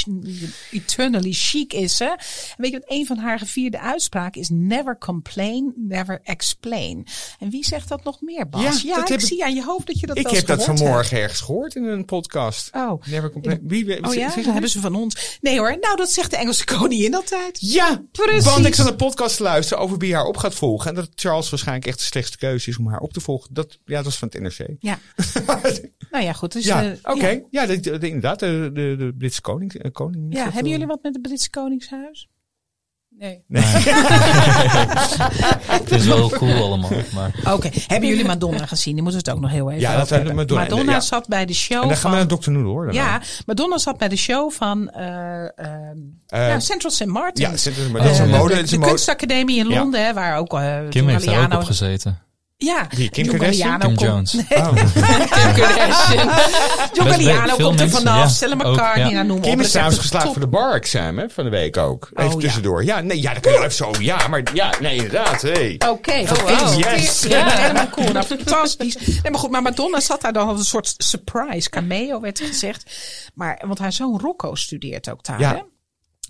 [SPEAKER 1] eternally chic is hè. En weet je wat, een van haar gevierde uitspraken is, never complain, never explain. En wie zegt dat nog meer, Bas?
[SPEAKER 2] Ja,
[SPEAKER 1] Ja,
[SPEAKER 2] dat
[SPEAKER 1] ik
[SPEAKER 2] heb ik-
[SPEAKER 1] zie aan je hoofd dat je dat
[SPEAKER 2] Ik
[SPEAKER 1] wel eens
[SPEAKER 2] heb dat
[SPEAKER 1] gehoord hebt.
[SPEAKER 2] vanmorgen ergens gehoord in een podcast.
[SPEAKER 1] Oh.
[SPEAKER 2] Never complain. Wie, wie-
[SPEAKER 1] Oh
[SPEAKER 2] zeg-
[SPEAKER 1] ja,
[SPEAKER 2] zeg-
[SPEAKER 1] dat hebben ze van ons. Nee hoor, nou dat zegt de Engelse koningin altijd.
[SPEAKER 2] Ja,
[SPEAKER 1] Precies.
[SPEAKER 2] want ik zat een podcast te luisteren over wie haar op gaat volgen. En dat Charles waarschijnlijk echt de slechtste keuze is om haar op te volgen. Dat, ja, dat was van het NRC.
[SPEAKER 1] Ja, nou ja goed. Dus,
[SPEAKER 2] ja,
[SPEAKER 1] eh,
[SPEAKER 2] oké. Ja, de- de- de- inderdaad. De, de, de Britse koning. eh, koning
[SPEAKER 1] Ja, hebben jullie wat met het Britse koningshuis?
[SPEAKER 4] Nee.
[SPEAKER 3] Het is wel cool allemaal. Maar
[SPEAKER 1] Oké, hebben jullie Madonna gezien? Die moeten we het ook nog heel even
[SPEAKER 2] Ja,
[SPEAKER 1] over
[SPEAKER 2] laten we
[SPEAKER 1] hebben.
[SPEAKER 2] Madonna- ja.
[SPEAKER 1] zat bij de show
[SPEAKER 2] En dan gaan
[SPEAKER 1] van...
[SPEAKER 2] we naar Dr. Noodle hoor.
[SPEAKER 1] ja, Madonna zat bij de show van eh, ehm,
[SPEAKER 2] Eh,
[SPEAKER 1] ja, Central St. Martin.
[SPEAKER 2] Ja, zitten ze- maar dat is
[SPEAKER 1] Eh,
[SPEAKER 2] een
[SPEAKER 1] de-
[SPEAKER 2] mode.
[SPEAKER 1] De,
[SPEAKER 2] dat is een mode.
[SPEAKER 1] kunstacademie in
[SPEAKER 2] Ja.
[SPEAKER 1] Londen, hè, waar ook eh
[SPEAKER 3] Kim heeft daar ook
[SPEAKER 1] Mariano- Ah, nou,
[SPEAKER 3] op gezeten.
[SPEAKER 1] Ja,
[SPEAKER 2] Wie, Kim
[SPEAKER 1] John
[SPEAKER 2] Kardashian?
[SPEAKER 1] Galliano
[SPEAKER 3] Kim
[SPEAKER 1] komt-
[SPEAKER 3] Jones.
[SPEAKER 2] Oh.
[SPEAKER 4] Kim Kardashian.
[SPEAKER 1] John
[SPEAKER 3] Best-
[SPEAKER 1] Galliano
[SPEAKER 3] veel
[SPEAKER 1] komt er
[SPEAKER 3] mensen,
[SPEAKER 1] vanaf.
[SPEAKER 3] ja.
[SPEAKER 1] Stella
[SPEAKER 3] Ook,
[SPEAKER 1] McCartney,
[SPEAKER 3] ja.
[SPEAKER 1] nou, noem maar op.
[SPEAKER 2] Kim
[SPEAKER 1] Dat
[SPEAKER 2] is
[SPEAKER 1] is
[SPEAKER 2] trouwens
[SPEAKER 1] echt
[SPEAKER 2] geslaagd
[SPEAKER 1] top.
[SPEAKER 2] voor de bar-examen hè, van de week ook.
[SPEAKER 1] Oh,
[SPEAKER 2] Even
[SPEAKER 1] ja.
[SPEAKER 2] tussendoor. Ja, nee, ja, dat kan je wel even zo. Ja, maar ja, nee, inderdaad. Hey.
[SPEAKER 1] Oké, gefeliciteerd.
[SPEAKER 2] Yes.
[SPEAKER 1] Ja, dat is helemaal cool. Nou, fantastisch. Nee, maar goed, maar Madonna zat daar dan als een soort surprise. Cameo werd gezegd. Maar, want haar zoon Rocco studeert ook daar,
[SPEAKER 2] Ja.
[SPEAKER 1] hè?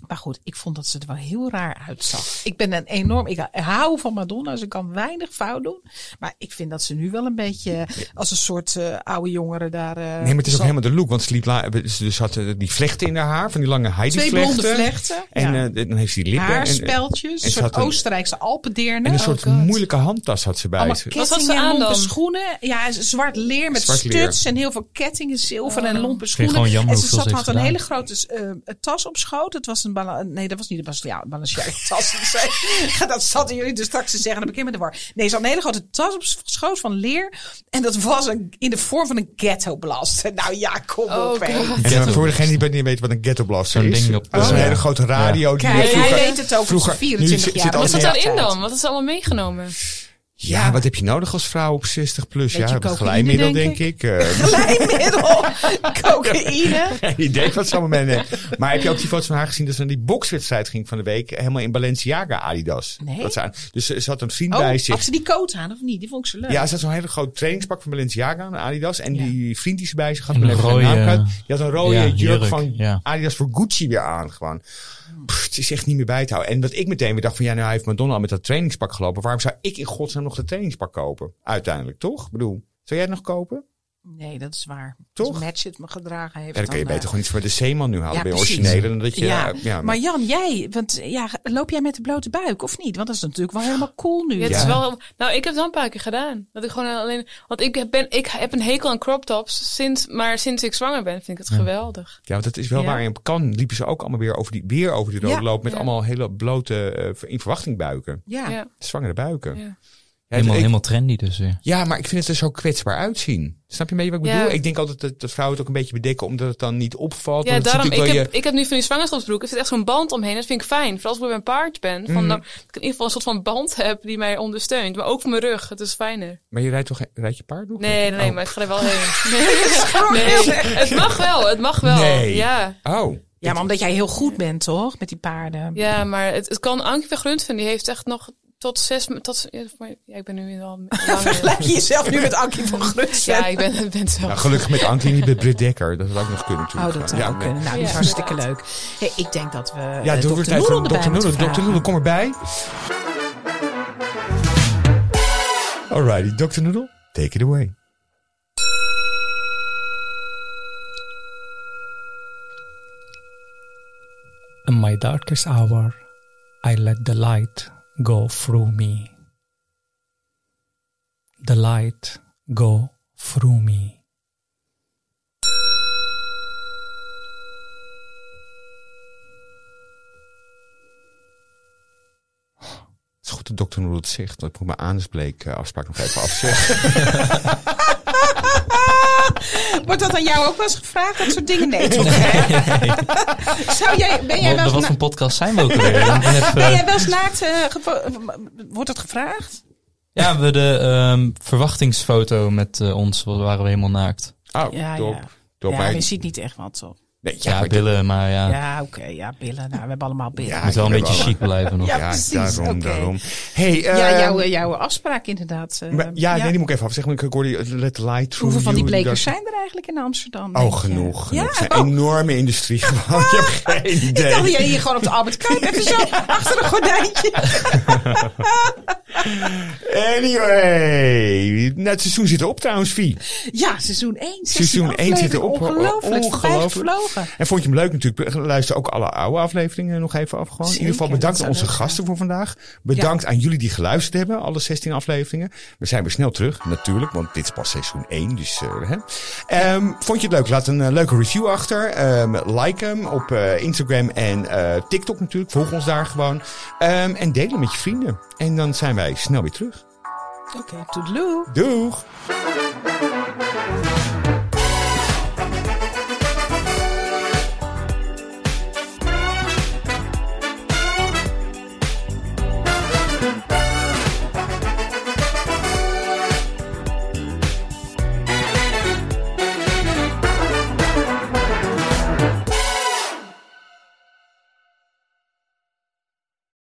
[SPEAKER 1] Maar goed, ik vond dat ze er wel heel raar uitzag. Ik ben een enorm. Ik hou van Madonna. Ze kan weinig fout doen. Maar ik vind dat ze nu wel een beetje als een soort eh, oude jongere daar. eh,
[SPEAKER 2] Nee, maar het is ook
[SPEAKER 1] zat.
[SPEAKER 2] helemaal de look. Want ze, liep la- ze dus had eh, die vlechten in haar haar, van die lange
[SPEAKER 1] Twee
[SPEAKER 2] Heidi-vlechten.
[SPEAKER 1] blonde vlechten.
[SPEAKER 2] En
[SPEAKER 1] ja.
[SPEAKER 2] eh, dan heeft ze die lippen. en-
[SPEAKER 1] Haarspeldjes.
[SPEAKER 2] en
[SPEAKER 1] Een
[SPEAKER 2] ze
[SPEAKER 1] soort
[SPEAKER 2] had een-
[SPEAKER 1] Oostenrijkse Alpendeernen.
[SPEAKER 2] En een soort
[SPEAKER 4] God.
[SPEAKER 2] moeilijke handtas had ze bij
[SPEAKER 1] Allemaal
[SPEAKER 2] zich.
[SPEAKER 4] Wat had ze
[SPEAKER 1] kettingen en
[SPEAKER 4] aan
[SPEAKER 1] lompe
[SPEAKER 4] dan?
[SPEAKER 1] schoenen. Ja, z- zwart leer met
[SPEAKER 2] Zwart leer.
[SPEAKER 1] stuts en heel veel kettingen, zilver
[SPEAKER 4] Oh.
[SPEAKER 1] en lompe
[SPEAKER 3] vind
[SPEAKER 1] schoenen.
[SPEAKER 3] gewoon jammer
[SPEAKER 1] en ze
[SPEAKER 3] hoeveel
[SPEAKER 1] zat,
[SPEAKER 3] ze
[SPEAKER 1] had een
[SPEAKER 3] heeft
[SPEAKER 1] hele grote eh, tas op schoot. Het was een bala- nee, dat was niet de Balenciaga Balenciaga tas. Ik zei, "Ga dat zaten jullie dus straks te zeggen. Dan ben ik helemaal in de war. Nee, ze had een hele grote tas op s- schoot van leer. En dat was een, in de vorm van een ghetto blast. Nou ja, kom
[SPEAKER 4] Oh,
[SPEAKER 1] op. hè.
[SPEAKER 4] God.
[SPEAKER 2] En dan
[SPEAKER 3] Ghetto
[SPEAKER 2] voor degene die niet weet wat een ghetto blaster
[SPEAKER 3] Zo'n
[SPEAKER 2] is.
[SPEAKER 3] ding op-
[SPEAKER 2] dat is een
[SPEAKER 3] Oh,
[SPEAKER 2] hele
[SPEAKER 3] ja.
[SPEAKER 2] grote radio. Die
[SPEAKER 1] Kijk,
[SPEAKER 2] vroeger-
[SPEAKER 1] jij weet het over
[SPEAKER 2] vroeger-
[SPEAKER 1] vroeger,
[SPEAKER 2] nu
[SPEAKER 1] 24
[SPEAKER 2] zit-
[SPEAKER 1] jaar.
[SPEAKER 2] zit
[SPEAKER 1] maar
[SPEAKER 4] Wat
[SPEAKER 1] dat
[SPEAKER 4] zat
[SPEAKER 2] Ja,
[SPEAKER 4] daarin
[SPEAKER 1] altijd.
[SPEAKER 4] dan? Wat is er allemaal meegenomen?
[SPEAKER 2] Ja, wat heb je nodig als vrouw op 60 plus?
[SPEAKER 1] Beetje
[SPEAKER 2] Ja, een
[SPEAKER 1] cocaïne,
[SPEAKER 2] glijmiddel
[SPEAKER 1] denk
[SPEAKER 2] denk ik. Eh,
[SPEAKER 1] Glijmiddel, oh, cocaïne.
[SPEAKER 2] Geen idee wat ze allemaal meeneemt. Maar heb je ook die foto's van haar gezien dat ze aan die bokswedstrijd ging van de week? Helemaal in Balenciaga Adidas.
[SPEAKER 1] Nee.
[SPEAKER 2] Dat ze aan, dus ze ze had een vriend
[SPEAKER 1] Oh,
[SPEAKER 2] bij
[SPEAKER 1] had
[SPEAKER 2] zich.
[SPEAKER 1] ze die coat aan of niet? Die vond ik zo leuk.
[SPEAKER 2] Ja, ze had zo'n hele groot trainingspak van Balenciaga aan Adidas. En
[SPEAKER 1] Ja.
[SPEAKER 2] die vriend die ze bij zich had,
[SPEAKER 3] En
[SPEAKER 2] met
[SPEAKER 3] een
[SPEAKER 2] een rode,
[SPEAKER 3] rode- eh,
[SPEAKER 2] die had een rode
[SPEAKER 3] ja,
[SPEAKER 2] jurk,
[SPEAKER 3] jurk,
[SPEAKER 2] van
[SPEAKER 3] ja.
[SPEAKER 2] Adidas voor Gucci weer aan. Gewoon. Pff, het is echt niet meer bij te houden. En wat ik meteen weer dacht van, ja, nou hij heeft Madonna al met dat trainingspak gelopen. Waarom zou ik in godsnaam nog dat trainingspak kopen? Uiteindelijk, toch? Ik bedoel, zou jij het nog kopen?
[SPEAKER 1] Nee, dat is waar.
[SPEAKER 2] Toch?
[SPEAKER 1] Als Match het me gedragen heeft.
[SPEAKER 2] Ja, dan kun je
[SPEAKER 1] dan,
[SPEAKER 2] beter
[SPEAKER 1] eh,
[SPEAKER 2] gewoon iets voor de zeeman nu halen.
[SPEAKER 1] ja,
[SPEAKER 2] bij
[SPEAKER 1] precies.
[SPEAKER 2] originele dan dat je...
[SPEAKER 1] ja.
[SPEAKER 2] eh, ja,
[SPEAKER 1] maar Jan, jij, want eh, ja, loop jij met de blote buik of niet? Want dat is natuurlijk wel helemaal cool nu.
[SPEAKER 4] Ja, het is
[SPEAKER 2] Ja.
[SPEAKER 4] wel, nou, ik heb het wel een paar keer gedaan. Dat ik gewoon alleen, want ik, ben, ik heb een hekel aan crop tops. Sinds, maar sinds ik zwanger ben, vind ik het geweldig.
[SPEAKER 2] Ja, want dat is wel
[SPEAKER 1] Ja.
[SPEAKER 2] waar. En op kan liepen ze ook allemaal weer over die, weer over die rode
[SPEAKER 1] Ja.
[SPEAKER 2] loop. Met
[SPEAKER 4] Ja.
[SPEAKER 2] allemaal hele blote, eh in verwachting buiken.
[SPEAKER 1] Ja.
[SPEAKER 4] Ja.
[SPEAKER 2] Zwangere buiken.
[SPEAKER 4] Ja.
[SPEAKER 2] Ja,
[SPEAKER 3] Helemaal,
[SPEAKER 2] ik-
[SPEAKER 3] helemaal trendy dus weer.
[SPEAKER 2] ja, maar ik vind het er zo kwetsbaar uitzien. Snap je een beetje wat ik
[SPEAKER 4] Ja.
[SPEAKER 2] bedoel? Ik denk altijd dat, dat vrouwen het ook een beetje bedekken omdat het dan niet opvalt.
[SPEAKER 4] Ja,
[SPEAKER 2] Want het is
[SPEAKER 4] daarom, ik
[SPEAKER 2] natuurlijk wel
[SPEAKER 4] heb, ik heb nu van die zwangerschapsbroek, er zit echt zo'n band omheen. Dat vind ik fijn. Vooral als ik bij een paard ben.
[SPEAKER 2] Mm.
[SPEAKER 4] Van, nou, dat ik in ieder geval een soort van band heb die mij ondersteunt. Maar ook voor mijn rug, het is fijner.
[SPEAKER 2] je, maar je rijdt toch geen- rijd je paard nog?
[SPEAKER 4] Nee, nee, nee,
[SPEAKER 2] Oh.
[SPEAKER 4] maar ik ga er wel heen. Nee, het mag wel, het mag wel.
[SPEAKER 2] Nee.
[SPEAKER 4] Ja.
[SPEAKER 2] Oh.
[SPEAKER 1] Ja, maar omdat jij heel goed bent, toch? Met die paarden.
[SPEAKER 4] ja, maar het, het kan Ankie van Gruntven, die heeft echt nog tot zes... m- Tot, ja, voor mij- ja, ik ben nu al langer.
[SPEAKER 1] Vergelijk je jezelf nu met Ankie van Grunsven.
[SPEAKER 4] Ja, ik ben, ben zelf.
[SPEAKER 2] Nou, gelukkig met Ankie niet met Britt Dekker. Dat had ook nog kunnen
[SPEAKER 1] Oh,
[SPEAKER 2] natuurlijk.
[SPEAKER 1] dat zou
[SPEAKER 2] ja,
[SPEAKER 1] ook
[SPEAKER 2] nee.
[SPEAKER 1] kunnen. Nou, dat is
[SPEAKER 4] Ja.
[SPEAKER 1] hartstikke leuk. Hey, ik denk dat we eh,
[SPEAKER 2] Ja, het wordt
[SPEAKER 1] Dr.
[SPEAKER 2] tijd voor
[SPEAKER 1] Noedel
[SPEAKER 2] Dr.
[SPEAKER 1] erbij moeten
[SPEAKER 2] Noedel. Dr.
[SPEAKER 1] vragen.
[SPEAKER 2] Noedel, kom erbij. Alrighty, Dr. Noedel, take it away.
[SPEAKER 5] In my darkest hour, I let the light go through me. The light go through me.
[SPEAKER 2] Het is goed dat dokter Noedel het zegt. want Ik moet mijn anusbleek eh, afspraak nog even afzeggen.
[SPEAKER 1] Wordt dat aan jou ook wel eens gevraagd? Dat soort dingen? Nee, toch? hè? Zou jij, ben jij
[SPEAKER 3] Wat,
[SPEAKER 1] wel
[SPEAKER 3] wat
[SPEAKER 1] eens
[SPEAKER 3] voor
[SPEAKER 1] na-
[SPEAKER 3] podcast zijn we ook weer? Ik ben even-
[SPEAKER 1] ben jij wel eens naakt? eh, gevo- wordt dat gevraagd?
[SPEAKER 3] ja, we de ehm, verwachtingsfoto met eh, ons waren we helemaal naakt.
[SPEAKER 2] Oh,
[SPEAKER 1] Ja,
[SPEAKER 2] top.
[SPEAKER 1] ja.
[SPEAKER 2] top.
[SPEAKER 1] ja,
[SPEAKER 2] maar,
[SPEAKER 1] maar je ziet niet echt wat, toch?
[SPEAKER 2] nee, ja,
[SPEAKER 3] Ja,
[SPEAKER 2] maar
[SPEAKER 3] billen, maar ja,
[SPEAKER 1] Ja, oké. ja, billen. Nou, we hebben allemaal billen.
[SPEAKER 2] Ja,
[SPEAKER 3] moet wel een
[SPEAKER 2] ik
[SPEAKER 3] beetje
[SPEAKER 2] ben wel-
[SPEAKER 3] chic blijven nog.
[SPEAKER 1] Ja.
[SPEAKER 2] Ja,
[SPEAKER 1] precies,
[SPEAKER 2] daarom,
[SPEAKER 1] oké.
[SPEAKER 2] daarom. Hey, eh,
[SPEAKER 1] Ja, jouw, eh, jouw afspraak inderdaad. eh,
[SPEAKER 2] maar- ja, nee, die moet ik even afzeggen. want Ik hoorde je, let the light through
[SPEAKER 1] Hoeveel van die
[SPEAKER 2] you,
[SPEAKER 1] blekers
[SPEAKER 2] dat-
[SPEAKER 1] zijn er eigenlijk in Amsterdam? denk
[SPEAKER 2] Oh,
[SPEAKER 1] je?
[SPEAKER 2] genoeg.
[SPEAKER 1] Ja?
[SPEAKER 2] genoeg. Het is
[SPEAKER 1] Oh, Ah,
[SPEAKER 2] een enorme industrie gewoon. Je hebt geen
[SPEAKER 1] ik
[SPEAKER 2] idee.
[SPEAKER 1] dacht dat jij hier gewoon op de Albert Kuip even zo achter een gordijntje.
[SPEAKER 2] Anyway. Nou, het seizoen zit erop trouwens, Vie.
[SPEAKER 1] Ja, seizoen 1.
[SPEAKER 2] Seizoen 1 zit erop.
[SPEAKER 1] Ongelooflijk. Ongelooflijk.
[SPEAKER 2] Ongelooflijk.
[SPEAKER 1] gevlogen.
[SPEAKER 2] En vond je hem leuk natuurlijk? Luister ook alle oude afleveringen nog even af. Gewoon. In ieder geval
[SPEAKER 1] Zeker,
[SPEAKER 2] bedankt
[SPEAKER 1] dat
[SPEAKER 2] aan
[SPEAKER 1] zou
[SPEAKER 2] onze
[SPEAKER 1] leuk
[SPEAKER 2] gasten voor vandaag. Bedankt aan jullie die geluisterd hebben, alle 16 afleveringen. We zijn weer snel terug, natuurlijk, want dit is pas seizoen 1. Dus, eh, hè. Ehm, vond je het leuk? Laat een eh, leuke review achter. Ehm, like hem op eh, Instagram en eh, TikTok natuurlijk. Volg ons daar gewoon. Ehm, en deel hem met je vrienden. En dan zijn wij snel weer terug.
[SPEAKER 1] Oké, toedeloe.
[SPEAKER 2] Doeg!